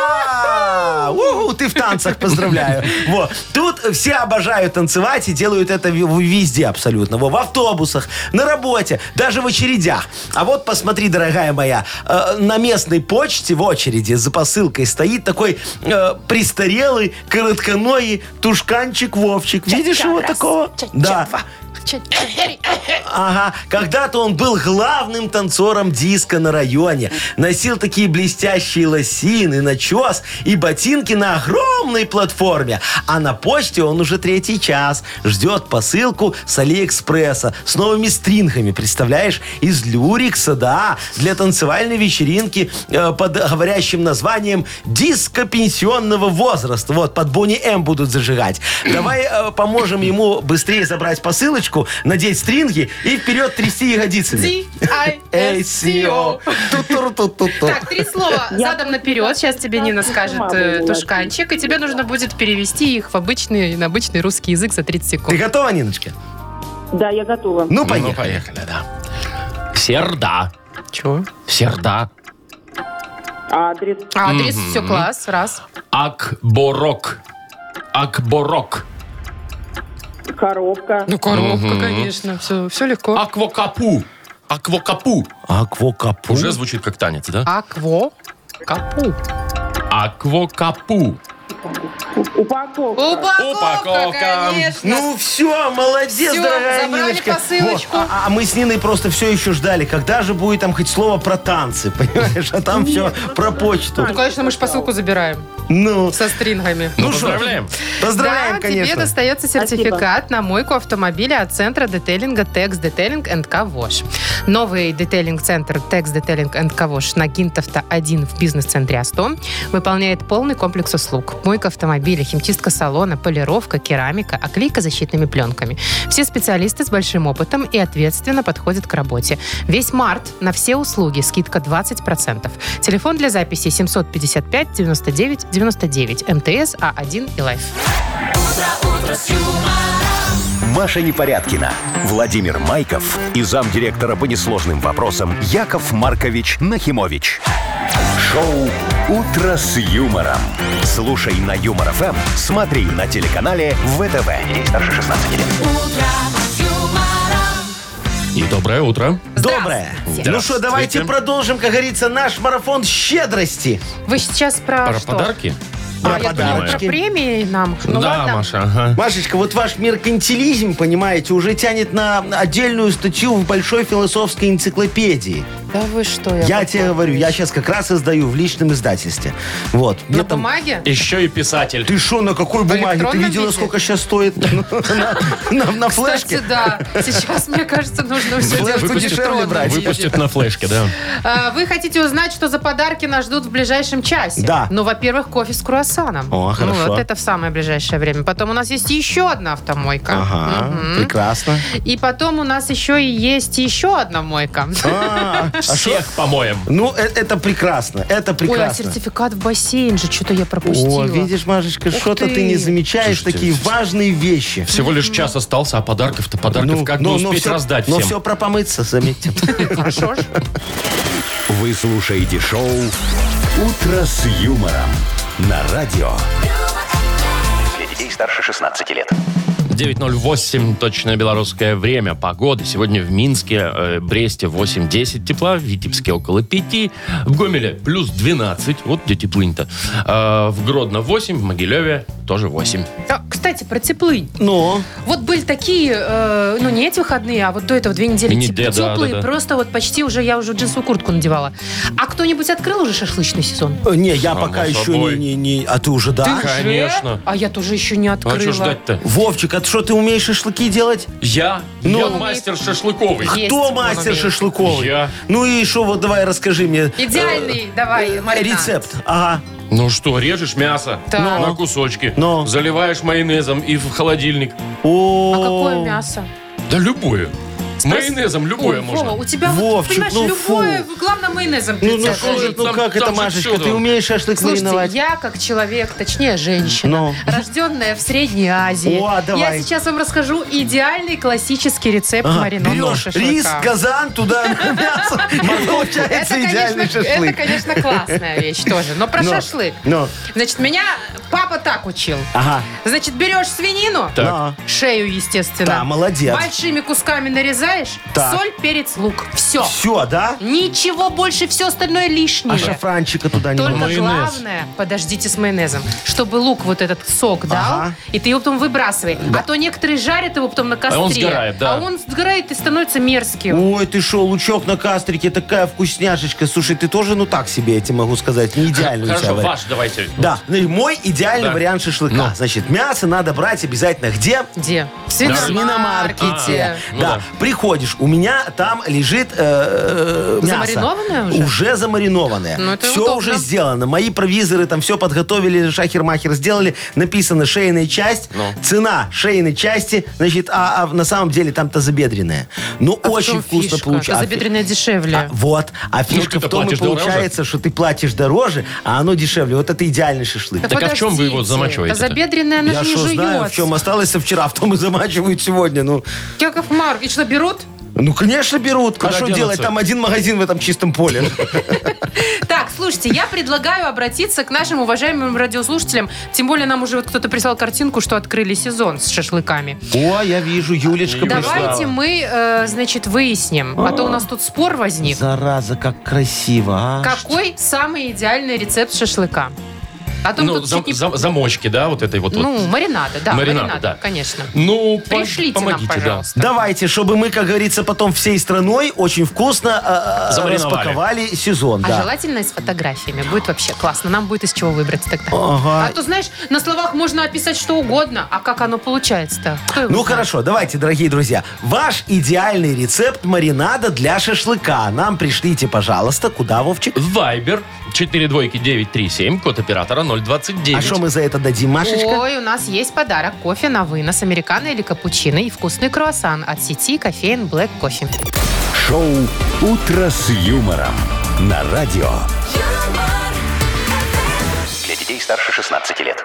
Уху, ты в танцах, поздравляю. Во, тут все обожают танцевать и делают это ви- везде абсолютно. Во, в автобусах, на работе, даже в очередях. А вот посмотри, дорогая моя, э, на местной почте в очереди за посылкой стоит такой э, престарелый, коротконогий тушканчик Вовчик. Видишь его такого? Да. Ага, когда-то он был главным танцором диска на районе. Носил такие блестящие лосины, начес и ботинки на огромной платформе. А на почте он уже третий час ждет посылку с Алиэкспресса с новыми стрингами, представляешь? Из люрикса, да, для танцевальной вечеринки э, под говорящим названием «Диско пенсионного возраста». Вот, под Бонни М будут зажигать. Давай э, поможем ему быстрее забрать посылочку, надеть стринги и вперед трясти ягодицами. D-I-S-C-O. Ту-ту-ру-ту-ту-ту. Так, три слова задом наперед. Сейчас тебе Нина скажет э, тушканчик, и тебе нужно будет перевести их в обычный, на обычный русский язык за 30 Ты секунд. готова, Ниночка? Да, я готова. Ну, Ну, поехали. поехали, да. Серда. Чего? Серда. Адрес. Адрес, все, класс, раз. Акборок. Акборок. Коробка. Ну, коробка, конечно, все, все легко. Аквокапу. Аквокапу. Аквокапу. Уже звучит как танец, да? Акво. Капу. Аквокапу. Упаковка. Упаковка, Упаковка. конечно. Ну все, молодец, Всё, дорогая забрали Ниночка. посылочку. Во, а, а мы с Ниной просто все еще ждали, когда же будет там хоть слово про танцы, понимаешь? А там все про почту. Ну, конечно, мы же посылку забираем Ну, со стрингами. Ну, что? поздравляем. Поздравляем, да, тебе конечно. достается сертификат на мойку автомобиля от центра детейлинга Текс Детейлинг НК ВОЖ. Новый детейлинг-центр Текс Детейлинг НК ВОЖ на Гинтовта 1 в бизнес-центре А100 выполняет полный комплекс услуг. Мойка автомобиля, химчистка салона, полировка, керамика, оклейка защитными пленками. Все специалисты с большим опытом и ответственно подходят к работе. Весь март на все услуги скидка 20%. Телефон для записи 755 99 99 МТС А1 и Лайф. Маша Непорядкина, Владимир Майков и замдиректора по несложным вопросам Яков Маркович Нахимович. Шоу «Утро с юмором». Слушай на Юмор ФМ, смотри на телеканале ВТВ. Здесь старше 16 лет. И доброе утро. Доброе. Здравствуйте. Ну что, давайте Здравствуйте. продолжим, как говорится, наш марафон щедрости. Вы сейчас про, Про что? подарки? А, я думала, подарочки. про премии нам. Ну да, ладно. Маша, ага. Машечка, вот ваш меркантилизм, понимаете, уже тянет на отдельную статью в большой философской энциклопедии. Да вы что? Я тебе говорю, я сейчас как раз издаю в личном издательстве. Вот. Мне На там- бумаге? Еще и писатель. Ты что, на какой бумаге? Ты электронном видела, виде? сколько сейчас стоит? Ну, На, на- на Кстати, флешке? да. Сейчас, мне кажется, нужно все Флешку делать в дешевле электронном брать. виде. Выпустит на флешке, да. А, Вы хотите узнать, что за подарки нас ждут в ближайшем часе? Да. Ну, во-первых, кофе с круассаном. О, Ну, хорошо. вот это в самое ближайшее время. Потом у нас есть еще одна автомойка. Ага, Мгм. прекрасно. И потом у нас еще и есть еще одна мойка. А, Всех помоем. Ну, э- это прекрасно, это Ой, а прекрасно. сертификат в бассейн же, что-то я пропустила. О, видишь, Машечка, что-то ты не ты. замечаешь Слушайте, такие важные вещи. Ну, Всего лишь час остался, а подарков-то подарков как бы успеть всё- раздать но всем? все про помыться, заметьте. Хорошо ж. Вы слушаете шоу «Утро с юмором» на радио. Для детей старше 16 лет. 9.08, точное белорусское время. Погода сегодня в Минске, э, Бресте 8-10 тепла, в Витебске около 5, в Гомеле плюс 12, вот где теплынь-то. Э, в Гродно 8, в Могилеве тоже 8. А, Кстати, про теплынь. Ну, Вот были такие, э, ну не эти выходные, а вот до этого две недели Не- теп- да, да, теплые, да, да. просто вот почти уже я уже джинсовую куртку надевала. А кто-нибудь открыл уже шашлычный сезон? э, не, я Само пока еще собой. не, не, не- А ты уже, да? Ты уже? Конечно. А я тоже еще не А открыла. что ждать-то? Вовчик, а что ты умеешь шашлыки делать? Я? Ну. я мастер шашлыковый. Есть, Кто он мастер умеет. шашлыковый? Я. Ну и еще вот давай расскажи мне. Идеальный, давай, э, маринад. Рецепт. Ага. Ну что, режешь мясо Так. Ну. на кусочки, Ну. заливаешь майонезом и в холодильник. О. ну, А какое мясо? Да любое. Майонезом любое Ой, можно. Вова, у тебя, вот, Вовчик, понимаешь, ну любое, главное, майонезом Ну, ну, рецепт. что же, ну Там- как там это, же Машечка, всё ты там. умеешь шашлык Слушайте, мариновать? я как человек, точнее женщина, Ну. рожденная в Средней Азии, О, давай. я сейчас вам расскажу идеальный классический рецепт Ага, маринованного Берешь шашлыка. рис, казан, туда мясо. это, Получается идеальный конечно, это, шашлык. Ну. конечно, классная вещь тоже. Но про Но, шашлык. но. Значит, меня папа так учил. Ага. Значит, берешь свинину, Так. На. шею, естественно. Да, молодец. Большими кусками нарезаешь, Так. соль, перец, лук. Все. Все, Ну, да? Ничего больше, все остальное лишнее. А шафранчика туда не Только надо. Майонез. главное, подождите с майонезом, чтобы лук вот этот сок дал, Ага. и ты его потом выбрасывай. А то некоторые жарят его потом на костре. он сгорает, да. А он сгорает и становится мерзким. Ой, ты шо, лучок на кастрике, такая вкусняшечка. Слушай, ты тоже, ну так себе, я тебе могу сказать, не идеальный у тебя Хорошо, вариант. ваш давайте. Да, ну и мой идеальный Да. вариант шашлыка. Ну. Значит, мясо надо брать обязательно где? Где? В В свиномаркете. свиномаркете. А, ну да. да. приходишь, у меня там лежит э, э, мясо. Замаринованное уже? Уже замаринованное. Ну, это все удобно. уже сделано. Мои провизоры там все подготовили, шахер-махер сделали. Написано шейная часть, Ну. цена шейной части, значит, а, а на самом деле там тазобедренная. Ну, А в очень чем вкусно фишка? получается. Тазобедренная дешевле. А, вот. А фишка ты-то в том и Ну, типа, платишь дороже. получается, что ты платишь дороже, а оно дешевле. Вот это идеальный шашлык. Да Так а в чем вы его подождите, замачиваете-то? Тазобедренная, она Я же не что знаю, в жует. чем осталось со вчера, в том и замачивают сегодня. Ну, Яков Марк, и что, берут? ну конечно, берут. Куда а что денутся? делать? Там один магазин в этом чистом поле. Так, слушайте, я предлагаю обратиться к нашим уважаемым радиослушателям. Тем более нам уже вот кто-то прислал картинку, что открыли сезон с шашлыками. О, я вижу, Юлечка Давайте прислала. мы, э, значит, выясним. А то у нас тут спор возник. Зараза, как красиво, а. Какой самый идеальный рецепт шашлыка? Потом ну, тут зам- чуть не- зам- замочки, да, вот этой вот. вот. Ну, маринада, да, Маринада, маринада, да. конечно. Ну, по- Пришлите помогите, нам, да. пожалуйста. Давайте, чтобы мы, как говорится, потом всей страной очень вкусно а, а, Замариновали. распаковали сезон. А да. желательно и с фотографиями. Будет вообще классно. Нам будет из чего выбрать тогда. Ага. А то, знаешь, на словах можно описать что угодно, а как оно получается-то? Кто его Ну знает? хорошо, давайте, дорогие друзья. Ваш идеальный рецепт маринада для шашлыка. Нам пришлите, пожалуйста, куда, Вовчик? Вайбер 42937, код оператора 029. А что мы за это дадим, Машечка? Ой, у нас есть подарок. Кофе на вынос, американо или капучино и вкусный круассан от сети кофеин Black Кофе. Шоу «Утро с юмором» на радио. юмор, Для детей старше 16 лет.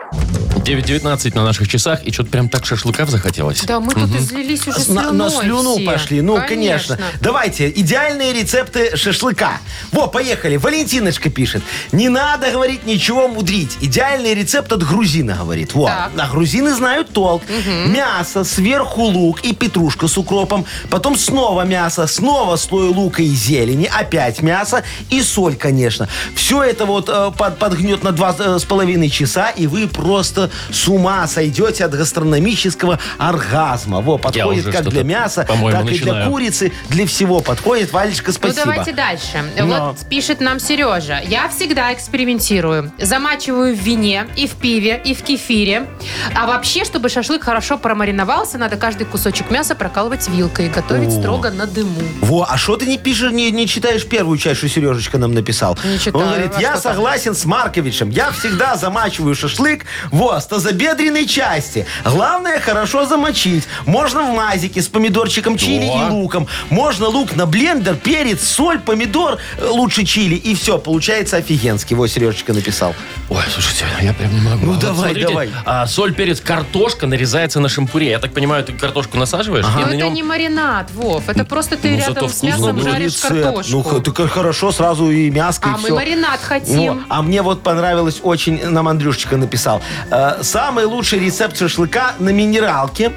9.19 на наших часах, и что-то прям так шашлыков захотелось. Да, мы тут излились уже На, слюной. на слюну все. пошли. Ну, конечно. Давайте, идеальные рецепты шашлыка. Во, поехали. Валентиночка пишет. Не надо, говорит, ничего мудрить. Идеальный рецепт от грузина, говорит. Во, Так. а грузины знают толк. Мясо, сверху лук и петрушка с укропом. Потом снова мясо, снова слой лука и зелени. Опять мясо и соль, конечно. Все это вот э, под- подгнет на два э, с половиной часа, и вы просто с ума сойдете от гастрономического оргазма. Во, подходит уже как что-то, для мяса, по-моему, так и для начинаю. курицы, для всего подходит. Валечка, Ну, спасибо. давайте дальше. Но. Вот пишет нам Сережа. Я всегда экспериментирую. Замачиваю в вине, и в пиве, и в кефире. А вообще, чтобы шашлык хорошо промариновался, надо каждый кусочек мяса прокалывать вилкой и готовить строго на дыму. Во, а что ты не пишешь, не, не читаешь первую часть, что Сережечка нам написал? Не читаю, Он говорит, а я что там?» согласен с Марковичем, я всегда замачиваю шашлык, во, с тазобедренной части. Главное, хорошо замочить. Можно в мазике с помидорчиком чили Да. и луком. Можно лук на блендер, перец, соль, помидор, э, лучше чили. И все, получается офигенски. Во, Сережечка написал. Ой, слушайте, я прям не могу. Ну, А вот давай, смотрите, давай. а, соль, перец, картошка нарезается на шампуре. Я так понимаю, ты картошку насаживаешь? и А, Ну, Но на это нем- не маринад, Вов. Это просто ты ну, зато рядом с вкусно мясом будет. А жаришь Рецепт. Ну, картошку. х- так хорошо, сразу и мяско, и а мы всё. маринад Во, хотим. а мне вот понравилось очень, нам Андрюшечка написал, э, самый лучший рецепт шашлыка на минералке,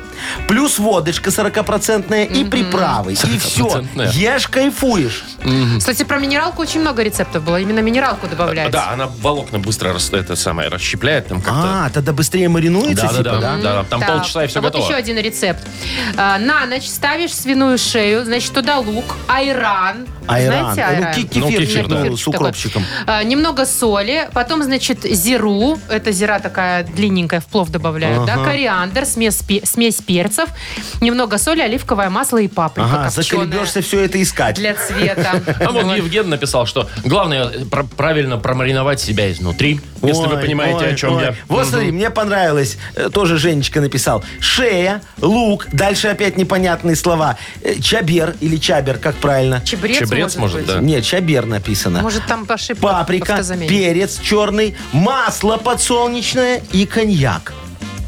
плюс водочка 40-процентная и приправы. И все, 40-процентная. ешь, кайфуешь. Кстати, про минералку очень много рецептов было. Именно минералку добавляется. Да, она волокна быстро рас- это самое расщепляет там как-то. А, тогда быстрее маринуется, Да, да, типа, да, да? да, там Так, полчаса и все а вот готово. еще один рецепт. А, На ночь ставишь свиную шею, значит, туда лук, айран. Айран. Знаете, а Э, айран? Ну, ки- кефир, Ну, кефир, да. ну, с Такой. укропчиком. А, Немного соли, потом, значит, зиру. Это зира такая длинненькая, в плов добавляют, да? Кориандр, смесь, пе- смесь перцев, немного соли, оливковое масло и паприка Ага, копченая заколебешься все это искать. Для цвета. А вот Евген написал, что главное э, про- правильно промариновать себя изнутри, если вы Ой, понимаете, ой, о чем ой. я. Вот смотри, мне понравилось, э, тоже Женечка написал, шея, лук, дальше опять непонятные слова, э, чабер или чабер, как правильно? Чебрец, Чебрец, может, быть. да. Нет, чабер написано. Может, там ошибка в паприка, автозамене. перец черный, масло подсолнечное и коньяк.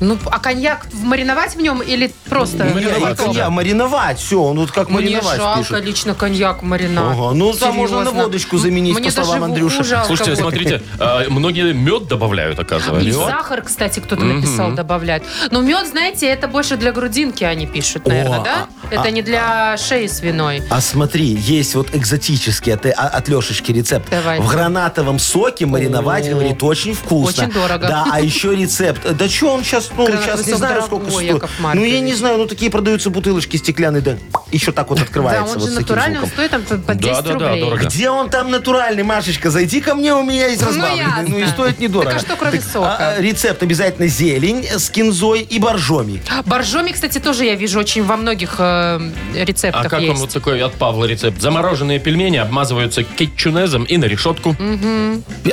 Ну, а коньяк в- мариновать в нем или просто? Не, Мариновать, готовый? И коньяк, да. мариновать, все, он вот как Ну, Мне мариновать жалко пишет. лично коньяк в маринад. Ага, ну, там можно на Серьезно. водочку заменить, Мне по словам даже Андрюши. луку жалко Слушайте, будет. смотрите, а, многие мед добавляют, И оказывается. сахар, кстати, кто-то написал, добавляет. Но мед, знаете, это больше для грудинки они пишут, наверное, О, да? а- это а- не для шеи свиной. А смотри, есть вот экзотический от, от Лешечки рецепт. Давайте. В гранатовом соке мариновать, говорит, очень вкусно. Очень дорого. Да, а еще рецепт. э, Да что он сейчас, ну, Гранатовый сейчас не сок знаю, дорогой, сколько стоит. Яков Ну, Маркович. я не знаю, ну, такие продаются бутылочки стеклянные, да, еще так вот Да, открывается. он вот же с таким натуральный, он звуком. стоит там по 10 да, да, рублей. дорого. Где он там натуральный, Машечка? Зайди ко мне, у меня есть Ну, разбавленный. ясно. и стоит недорого. Так а что, кроме сока? а, а, рецепт обязательно зелень с кинзой и боржоми. Боржоми, кстати, тоже я вижу очень во многих э, рецептах А как есть. вам вот такой от Павла рецепт? Замороженные пельмени обмазываются кетчунезом и на решетку.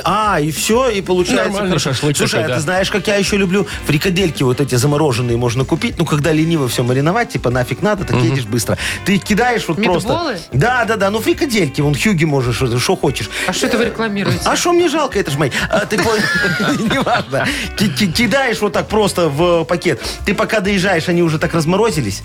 А, и все, и получается... Нормальный хорошо. шашлык Слушай, такой, а да. ты знаешь, как я еще люблю? Фрикадельки вот эти замороженные можно купить. Ну, когда лениво все мариновать, типа нафиг надо, так едешь быстро. Ты их кидаешь вот Митболы? просто... Да, да, да, ну фрикадельки, вон хюги можешь, что хочешь. А что это вы рекламируете? А что мне жалко, это ж мои. А, ты понял? Неважно. Ки- ки- Кидаешь вот так просто в пакет. Ты пока доезжаешь, они уже так разморозились.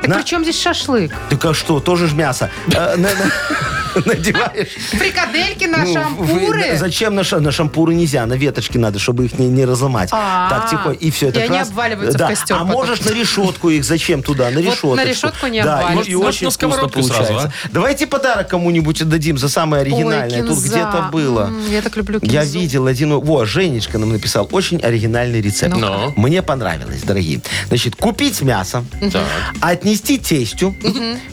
Так На- при чем здесь шашлык? Так а что, тоже ж мясо. Э, на- на- Надеваешь. Фрикадельки на Ну, вы- шампуры? зачем на, ша- на шампуры нельзя? На веточки надо, чтобы их не, не разломать. А-а. Так, тихо. И все, А, И это они обваливаются в костер А потом. можешь на решетку их зачем туда? На на решетку. решетку не Да, и- обваливаются. и Может, очень на вкусно сковородку сразу, а? получается. Давайте подарок кому-нибудь отдадим за самое оригинальное. Ой, Тут кинза. где-то было. М, Я так люблю кинзу. Я видел один... Во, Женечка нам написал. Очень оригинальный рецепт. Ну. Мне понравилось, дорогие. Значит, купить мясо, Так. отнести тестю.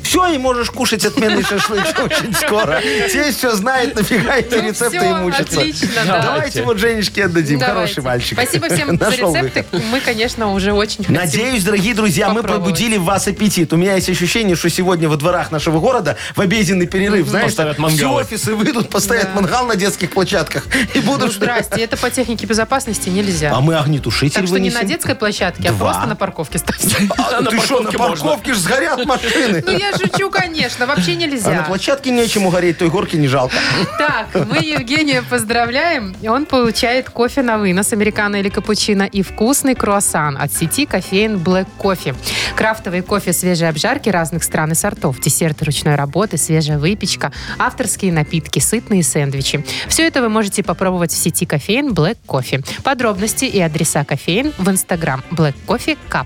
Все, и можешь кушать отменный шашлык очень скоро. Тесть все знает, нафига эти Ну рецепты всё, и мучиться. отлично, да. Давайте вот Женечке отдадим. Давайте. Хороший мальчик. Спасибо всем за Нашел рецепты. выход. Мы, конечно, уже очень хотим. Надеюсь, дорогие друзья, мы попробовать. пробудили в вас аппетит. У меня есть ощущение, что сегодня во дворах нашего города в обеденный перерыв, знаешь, Поставят так все мангалы. офисы выйдут, поставят мангал на детских площадках и Ну, будут... здрасте, это по технике безопасности нельзя. А мы огнетушитель так что не на вынесем. детской площадке, а Два. просто на парковке ставьте. А, На ты что, на парковке можно. парковке ж сгорят машины. Ну я шучу, конечно, вообще А на нельзя. площадке нечему гореть, той горки не жалко. Так, мы Евгения поздравляем. Он получает кофе на вынос, американо или капучино, и вкусный круассан от сети кофеин Black Coffee. Крафтовый кофе свежей обжарки разных стран и сортов, десерты ручной работы, свежая выпечка, авторские напитки, сытные сэндвичи. Все это вы можете попробовать в сети кофеин Black Coffee. Подробности и адреса кофеин в инстаграм Black Coffee Cup.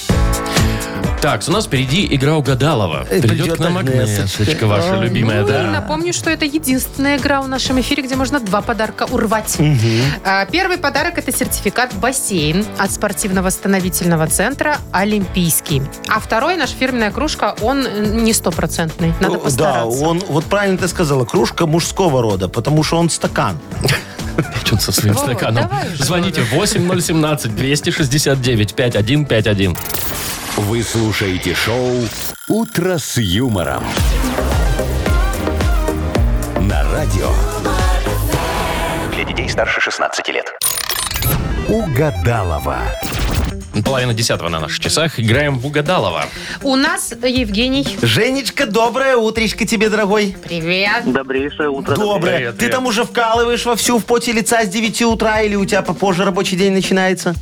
Так, у нас впереди игра угадалова. Э, Придет, придет к нам Агнесочка. Агнесочка, ваша любимая, Ну, и да. напомню, что это единственная игра в нашем эфире, где можно два подарка урвать. А, Первый подарок – это сертификат в бассейн от спортивно-восстановительного центра «Олимпийский». А второй – наша фирменная кружка, он э, не стопроцентный. Надо Ну, Да, постараться. он, вот правильно ты сказала, кружка мужского рода, потому что он стакан. Что со своим Вова, стаканом? давай уже, Звоните 8017-269-5151. Вы слушаете шоу «Утро с юмором». На радио Для детей старше 16 лет. «Угадалова». Половина десятого на наших часах. Играем в угадалова. У нас Евгений. Женечка, доброе утречко тебе, дорогой. Привет. Добрейшее утро. Доброе. Привет, ты привет. там уже вкалываешь вовсю в поте лица с 9 утра или у тебя попозже рабочий день начинается?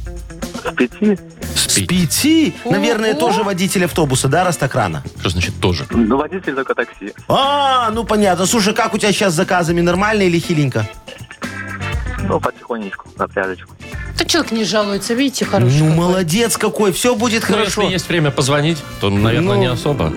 С пяти? С пяти? Наверное, тоже водитель автобуса, да, раз так рано? Что значит тоже? Ну, водитель только такси. А, ну понятно. Слушай, как у тебя сейчас с заказами? Нормально или хиленько? Ну, потихонечку, на пряжечку. Тут человек не жалуется, видите, хороший. Ну, какой. молодец какой. Все будет Ну, если хорошо. есть время позвонить, то, наверное, Ну, не особо.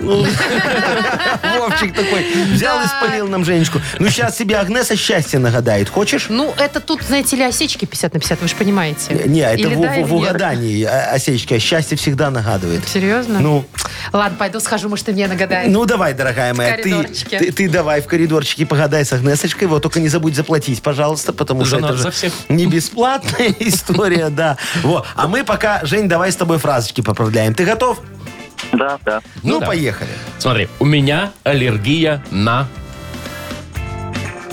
Вовчик такой взял и спалил нам Женечку. Ну, сейчас себе Агнеса счастье нагадает. Хочешь? Ну, это тут, знаете ли, осечки 50 на 50, вы же понимаете. Не, это Или в, да, в- или в нет. угадании а, осечки. А счастье всегда нагадывает. Серьезно? Ну, Ладно, пойду схожу, может, ты мне нагадаешь. ну давай, дорогая моя, ты, коридорчике. ты, ты давай в коридорчике погадай с Агнесочкой, вот только не забудь заплатить, пожалуйста, потому За что нас, это за же всех. не бесплатная история, да. Во, а мы пока, Жень, давай с тобой фразочки поправляем. Ты готов? Да, да. Ну Ну, да. поехали. Смотри, у меня аллергия на...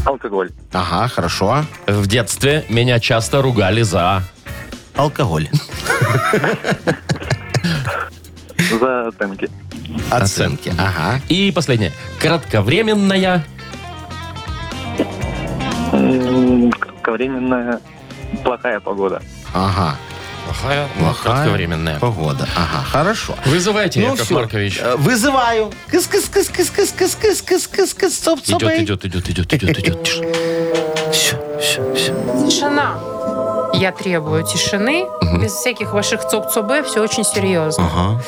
Алкоголь. Ага, хорошо. В детстве меня часто ругали за... Алкоголь. За оценки. Оценки. Ага. И последнее. Кратковременная... М, Кратковременная плохая погода. Ага. Плохая, Плохая кратковременная. Погода. Ага, хорошо. Вызывайте, Яков всё. Маркович. Э, Вызываю. кыс кыс кыс кыс кыс кыс кыс кыс кыс кыс стоп, стоп, Идет, эй. идет, идет, идет, идет, идет. Тише. Все, все, все. Тишина. Я требую тишины, без всяких ваших цок-цобе, все очень серьезно. Ага.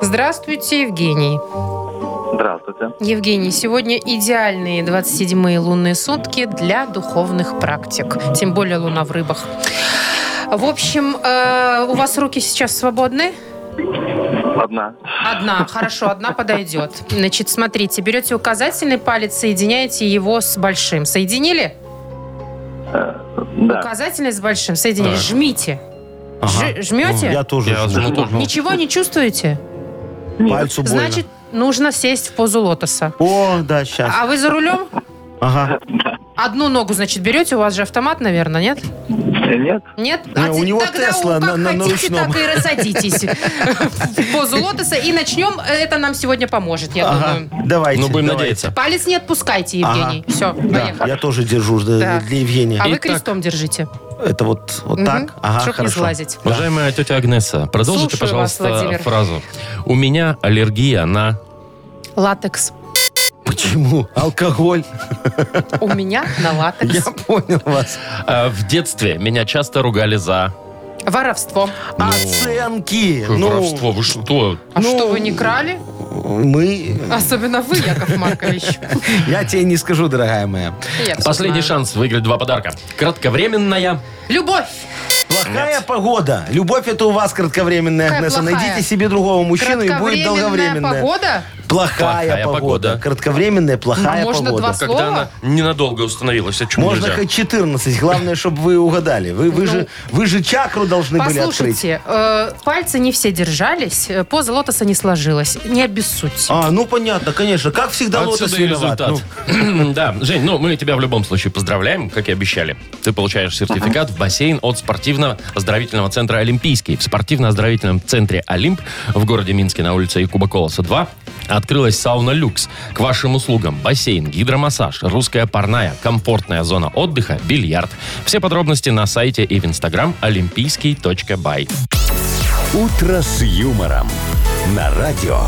Здравствуйте, Евгений. Здравствуйте. Евгений, сегодня идеальные 27-е лунные сутки для духовных практик. Тем более луна в рыбах. В общем, э, у вас руки сейчас свободны? Одна. Одна, хорошо, одна подойдет. Значит, смотрите, берете указательный палец, соединяете его с большим. Соединили? Э, Да. Указательный с большим. Соединили. Так. Жмите. Ж- жмете? Ну, Я тоже. Я Ну, жму. жму, тоже. Ничего не чувствуете? Нет. Пальцу Ну, больно. Значит, нужно сесть в позу лотоса. О, да, сейчас. А вы за рулем? Ага. Одну ногу, значит, берете, у вас же автомат, наверное, нет? Ну, Нет. Нет? Не, у те- него тогда Тесла у- как на- на- на хотите, ручном. так и рассадитесь в позу лотоса. И начнем. э, Это нам сегодня поможет, я Ага, думаю. давайте. Ну, будем давайте. надеяться. Палец не отпускайте, Евгений. Все, Да, поехали. я тоже держу ж- для, Так. Евгения. А вы Итак. крестом держите. Это вот, вот Мгм. так. Ага, Чтоб не хорошо. сглазить. Уважаемая тетя Агнеса, продолжите, Слушаю пожалуйста, вас, Владимир. фразу. У меня аллергия на... Латекс. Почему? Алкоголь. У меня Я на латекс. понял вас. Э, в детстве меня часто ругали за... Воровство. Оценки. Какое воровство, вы что? А Ну, что, вы не крали? Мы... Особенно вы, Яков Маркович. Я тебе не скажу, дорогая моя. Я всё Последний знаю. шанс выиграть два подарка. Кратковременная... Любовь. Плохая погода. Любовь это у вас кратковременная, Какая Агнеса. плохая? Найдите себе другого мужчину и будет Кратковременная долговременная. погода? Плохая, Плохая погода. погода. Кратковременная плохая А можно погода. два Слово? Когда она ненадолго установилась, о чем Можно нельзя? хоть 14, главное, чтобы вы угадали. Вы, вы, же, вы же чакру должны были открыть. Ну. Послушайте, э, пальцы не все держались, э, поза лотоса не сложилась. Не обессудьте. А, ну понятно, конечно. Как всегда, А Отсюда лотос и виноват. Ну. результат. да, Жень, ну мы тебя в любом случае поздравляем, как и обещали. Ты получаешь сертификат в бассейн от спортивного оздоровительного центра «Олимпийский». В спортивно-оздоровительном центре «Олимп» в городе Минске на улице Якуба Колоса 2 открылась сауна «Люкс». К вашим услугам бассейн, гидромассаж, русская парная, комфортная зона отдыха, бильярд. Все подробности на сайте и в инстаграм олимпийский.бай. «Утро с юмором» на радио.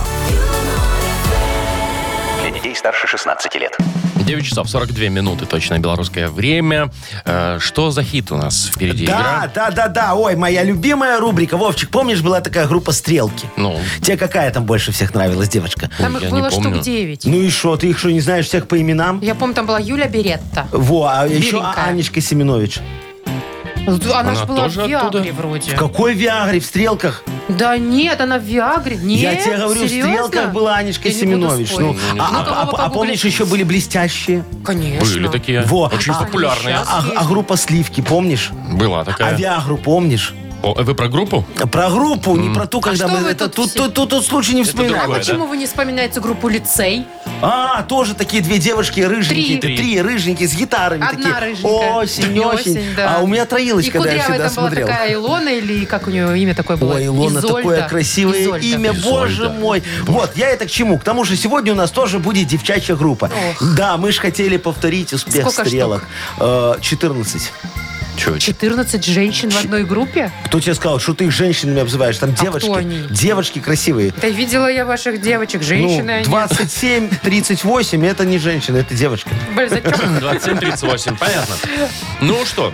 Для детей старше 16 лет. 9 часов 42 минуты, точное белорусское время. Э, Что за хит у нас впереди? Да, Игра? да, да, да. Ой, моя любимая рубрика. Вовчик, помнишь, была такая группа «Стрелки»? Ну, Тебе какая там больше всех нравилась, девочка? Там Ой, их я не было помню. штук 9. Ну и что, ты их что, не знаешь всех по именам? Я помню, там была Юля Беретта. Во, а еще Беленькая. Анечка Семенович. Она, Она же была в тоже Виагре оттуда? вроде. В какой Виагре? В «Стрелках»? Да нет, она в Виагре. Нет, Я тебе говорю, серьезно? в «Стрелках» была Анечка Я не Семенович. буду Ну, спорить. а- а- кого а- а погуглить? помнишь, еще были «Блестящие»? Конечно. Были такие. Во. Очень А, популярные. сейчас. А, а группа «Сливки», помнишь? Была А такая. «Виагру» помнишь? О, вы про группу? Про группу, не про ту, когда А что мы... вы это- тут Тут все- тут- тут- тут случай не А другое, вспоминаем. да. почему вы не вспоминаете группу лицей? А, тоже такие две девушки рыженькие. Три. Три, рыженькие с гитарами. Одна такие. рыженькая. Осень, осень. да. А у меня троилась, И когда я всегда кудрявая там была смотрел. такая Илона, или как у нее имя такое было? Ой, Илона, Изольда. такое красивое Изольда. имя, боже мой. Вот, я это к чему? К тому же сегодня у нас тоже будет девчачья группа. Ох. Да, мы же хотели повторить успех Сколько стрелок. Э, 14. Чё, чё? 14 женщин в одной группе? Кто тебе сказал, что ты их женщинами обзываешь? Там девочки. А кто они? Девочки красивые. Да видела я ваших девочек, женщины ну, они. 27, 38, это не женщина, это девочка. Бальзачок. 27-38, понятно. Ну что,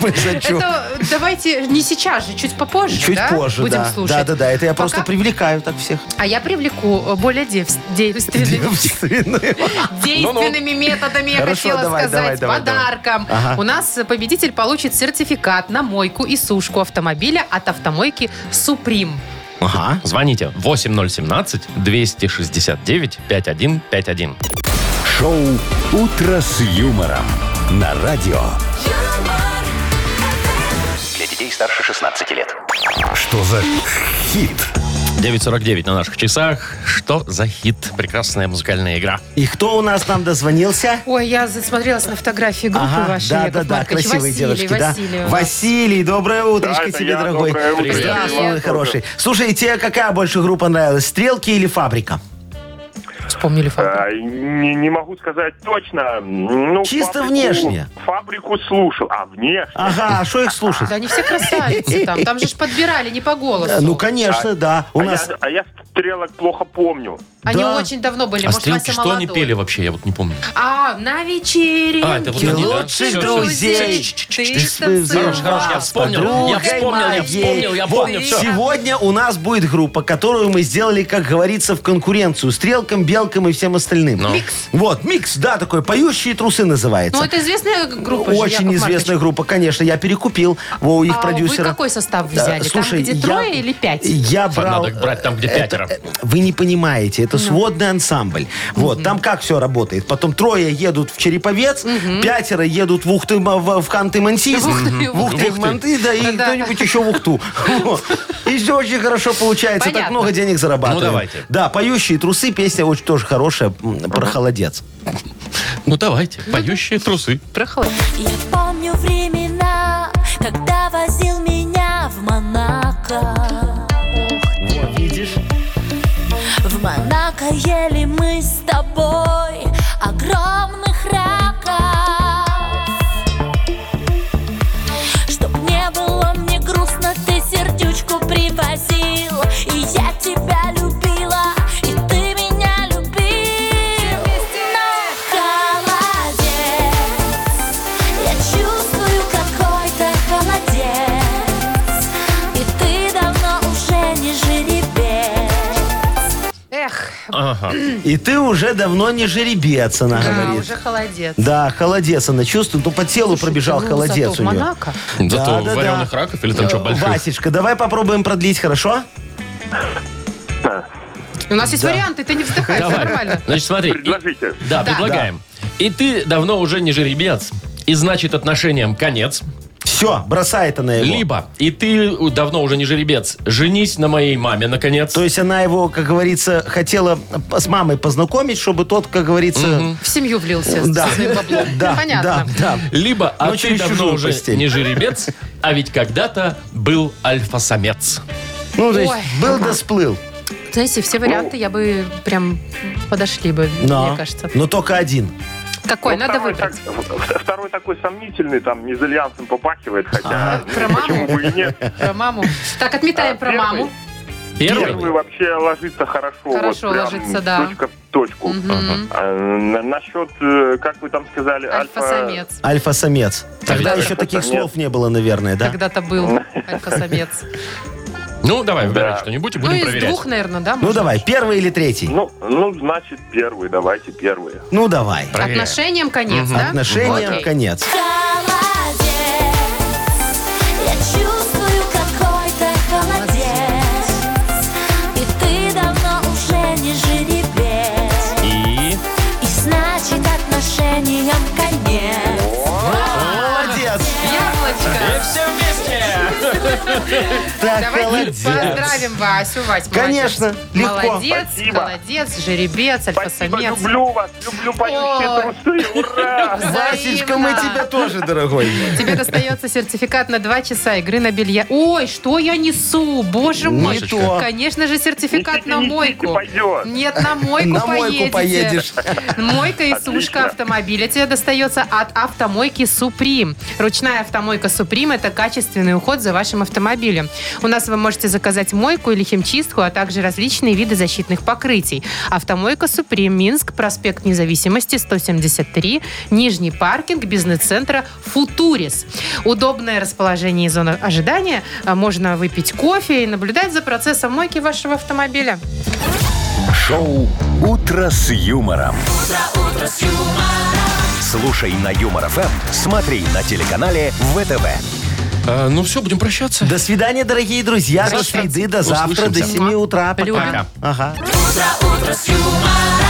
Бальзачок. Это давайте не сейчас же, чуть попозже, Чуть да? позже, Будем да. слушать. Да, да, да. Это я Пока- просто привлекаю так всех. А я привлеку э, более девс- девственными Девственные. Действенными методами я Хорошо, хотела давай, сказать. давай, давай, Подарком. давай. Ага. У нас победитель получит сертификат на мойку и сушку автомобиля от автомойки «Суприм». Ага. звоните 8017-269-5151. Шоу «Утро с юмором» на радио. юмор, Для детей старше 16 лет. Что за хит? 9.49 на наших часах. Что за хит? Прекрасная музыкальная игра. И кто у нас нам дозвонился? Ой, я засмотрелась на фотографии группы вашей, да, Яков да, да, Маркович. красивые Василий, девочки, Василий у да. нас. Василий, доброе утречко это тебе, я, дорогой. доброе утро. Здравствуй, Здравствуй, мой хороший. Слушай, тебе какая больше группа нравилась, «Стрелки» или «Фабрика»? Вспомнили фото. А, Не, не могу сказать точно. Ну, Чисто внешне. Фабрику слушал. А, внешне. Ага, а что их слушать? Да они все красавицы там. Там же ж подбирали не по голосу. Ну, конечно, да. У а, нас... я, а я стрелок плохо помню. Они да. очень давно были. а Может, стрелки Вася что молодой. они пели вообще? Я вот не помню. А, на вечеринке А, это вот они, да? лучших Всё, всё, всё. друзей. Ты Ты Хорош, хорош, я была вспомнил, я подругой вспомнил, я моей. вспомнил, я Вот, помню, все. Сегодня у нас будет группа, которую мы сделали, как говорится, в конкуренцию. Стрелкам, белкам и всем остальным. Микс. Вот, микс, да, такой. Поющие трусы называется. Ну, это известная группа же, Очень Яков известная Маркович. группа, конечно. Я перекупил во, у их А продюсера. Вы какой состав Да, взяли? слушай, там, где я- трое или пять? Я брал... Надо брать там, где Это- пятеро. э, Вы не понимаете, Ну. это сводный ансамбль. Вот, там как все работает. Потом трое едут в Череповец, пятеро едут в Ухты, в, в Канты-Мансийск, В Ухты, в Ухты, в Манты, да, и Да-да. кто-нибудь еще в Ухту. Вот. И все очень хорошо получается, так Понятно. много денег зарабатываем. Ну, давайте. Да, «Поющие трусы», песня очень тоже хорошая, м, про холодец. Ну давайте, поющие трусы. Проходи. Я помню времена, когда возил меня в Монако. Вот, видишь? В Монако ели мы с тобой огромных раков. Чтоб не было мне грустно, ты сердючку привозил. И я тебя любила, и ты меня любил. Но холодец, я чувствую какой-то холодец. И ты давно уже не жеребец. Эх, Ага. И ты уже давно не жеребец, она а, говорит. уже холодец. Да, холодец она чувствует. Ну, по телу пробежал Ну, холодец зато у в нее. Монако. Зато да, вареных да. Э, раков или там что, больших? Васечка, давай попробуем продлить, хорошо? У нас есть варианты, ты не вздыхай, все Давай. нормально. Значит, смотри. и- Предложите. Да, Да. предлагаем. И ты давно уже не жеребец. И значит, отношениям конец. Все, бросает она его. Либо и ты у- давно уже не жеребец. Женись на моей маме, наконец. То есть она его, как говорится, хотела с мамой познакомить, чтобы тот, как говорится... В семью влился Э, со своим баблом. Ну, да, Понятно. да, да. Либо, а Ночью ты ищу давно жену уже ну, постель. не жеребец, а ведь когда-то был альфа-самец. Ну, то есть, Ой. был да сплыл. Знаете, все варианты я бы прям подошли бы, Но, мне кажется. но только один. Какой Ну, надо второй выбрать? так- в- второй такой сомнительный, там, низальянцем попахивает, хотя... ну, Про маму? Почему бы и нет? Про маму. Так, отметаем А, про первый? маму. Первый? Первый вообще ложится хорошо. Хорошо вот прям ложится, да. Точка в точку. Мгм. А, на- насчет, э, как вы там сказали, альфа... Альфа-самец. Альфа-самец. Тогда еще таких Альфа-самец. слов не было, наверное, да? Когда-то был альфа-самец. Ну, давай, выбирай Да. что-нибудь и Ну, будем из проверять. двух, наверное, да? Ну, можно? давай, первый или третий? Ну, ну, значит, первый, давайте первый. Ну, давай. Проверяем. Отношениям конец, да? Отношениям Окей. конец. Холодец, я чувствую какой-то холодец, и ты давно уже не жеребец, И... и значит отношениям конец. Молодец. Яблочко. все вместе! Так, Давайте молодец. поздравим Васю, Вась. молодец. Конечно, легко. Молодец, Спасибо. молодец, жеребец, Спасибо, альфа-самец. люблю вас, люблю Ой. поющие трусы, А ура! Васечка, мы Взаимно. тебя тоже, дорогой. Тебе достается сертификат на 2 часа игры на бильярд. Ой, что я несу? Боже Не мой. то. Конечно же, сертификат Несите, на несите, мойку. пойдет. Нет, на мойку На мойку поедешь. Мойка и Отлично. сушка автомобиля тебе достается от автомойки Supreme. Ручная автомойка Supreme – это качественный уход за вашим автомобилем. У нас вы можете заказать мойку или химчистку, а также различные виды защитных покрытий. Автомойка Supreme, Минск, проспект Независимости, 173, Нижний паркинг бизнес-центра Футурис. Удобное расположение и зона ожидания. А Можно выпить кофе и наблюдать за процессом мойки вашего автомобиля. Шоу «Утро с юмором». Слушай на Юмор ФМ, смотри на телеканале ВТВ. Э, Ну все, будем прощаться. До свидания, дорогие друзья. До среды, до завтра, до Услышимся. 7 утра. Пока. Любим. Ага. Утро, утро с юмором.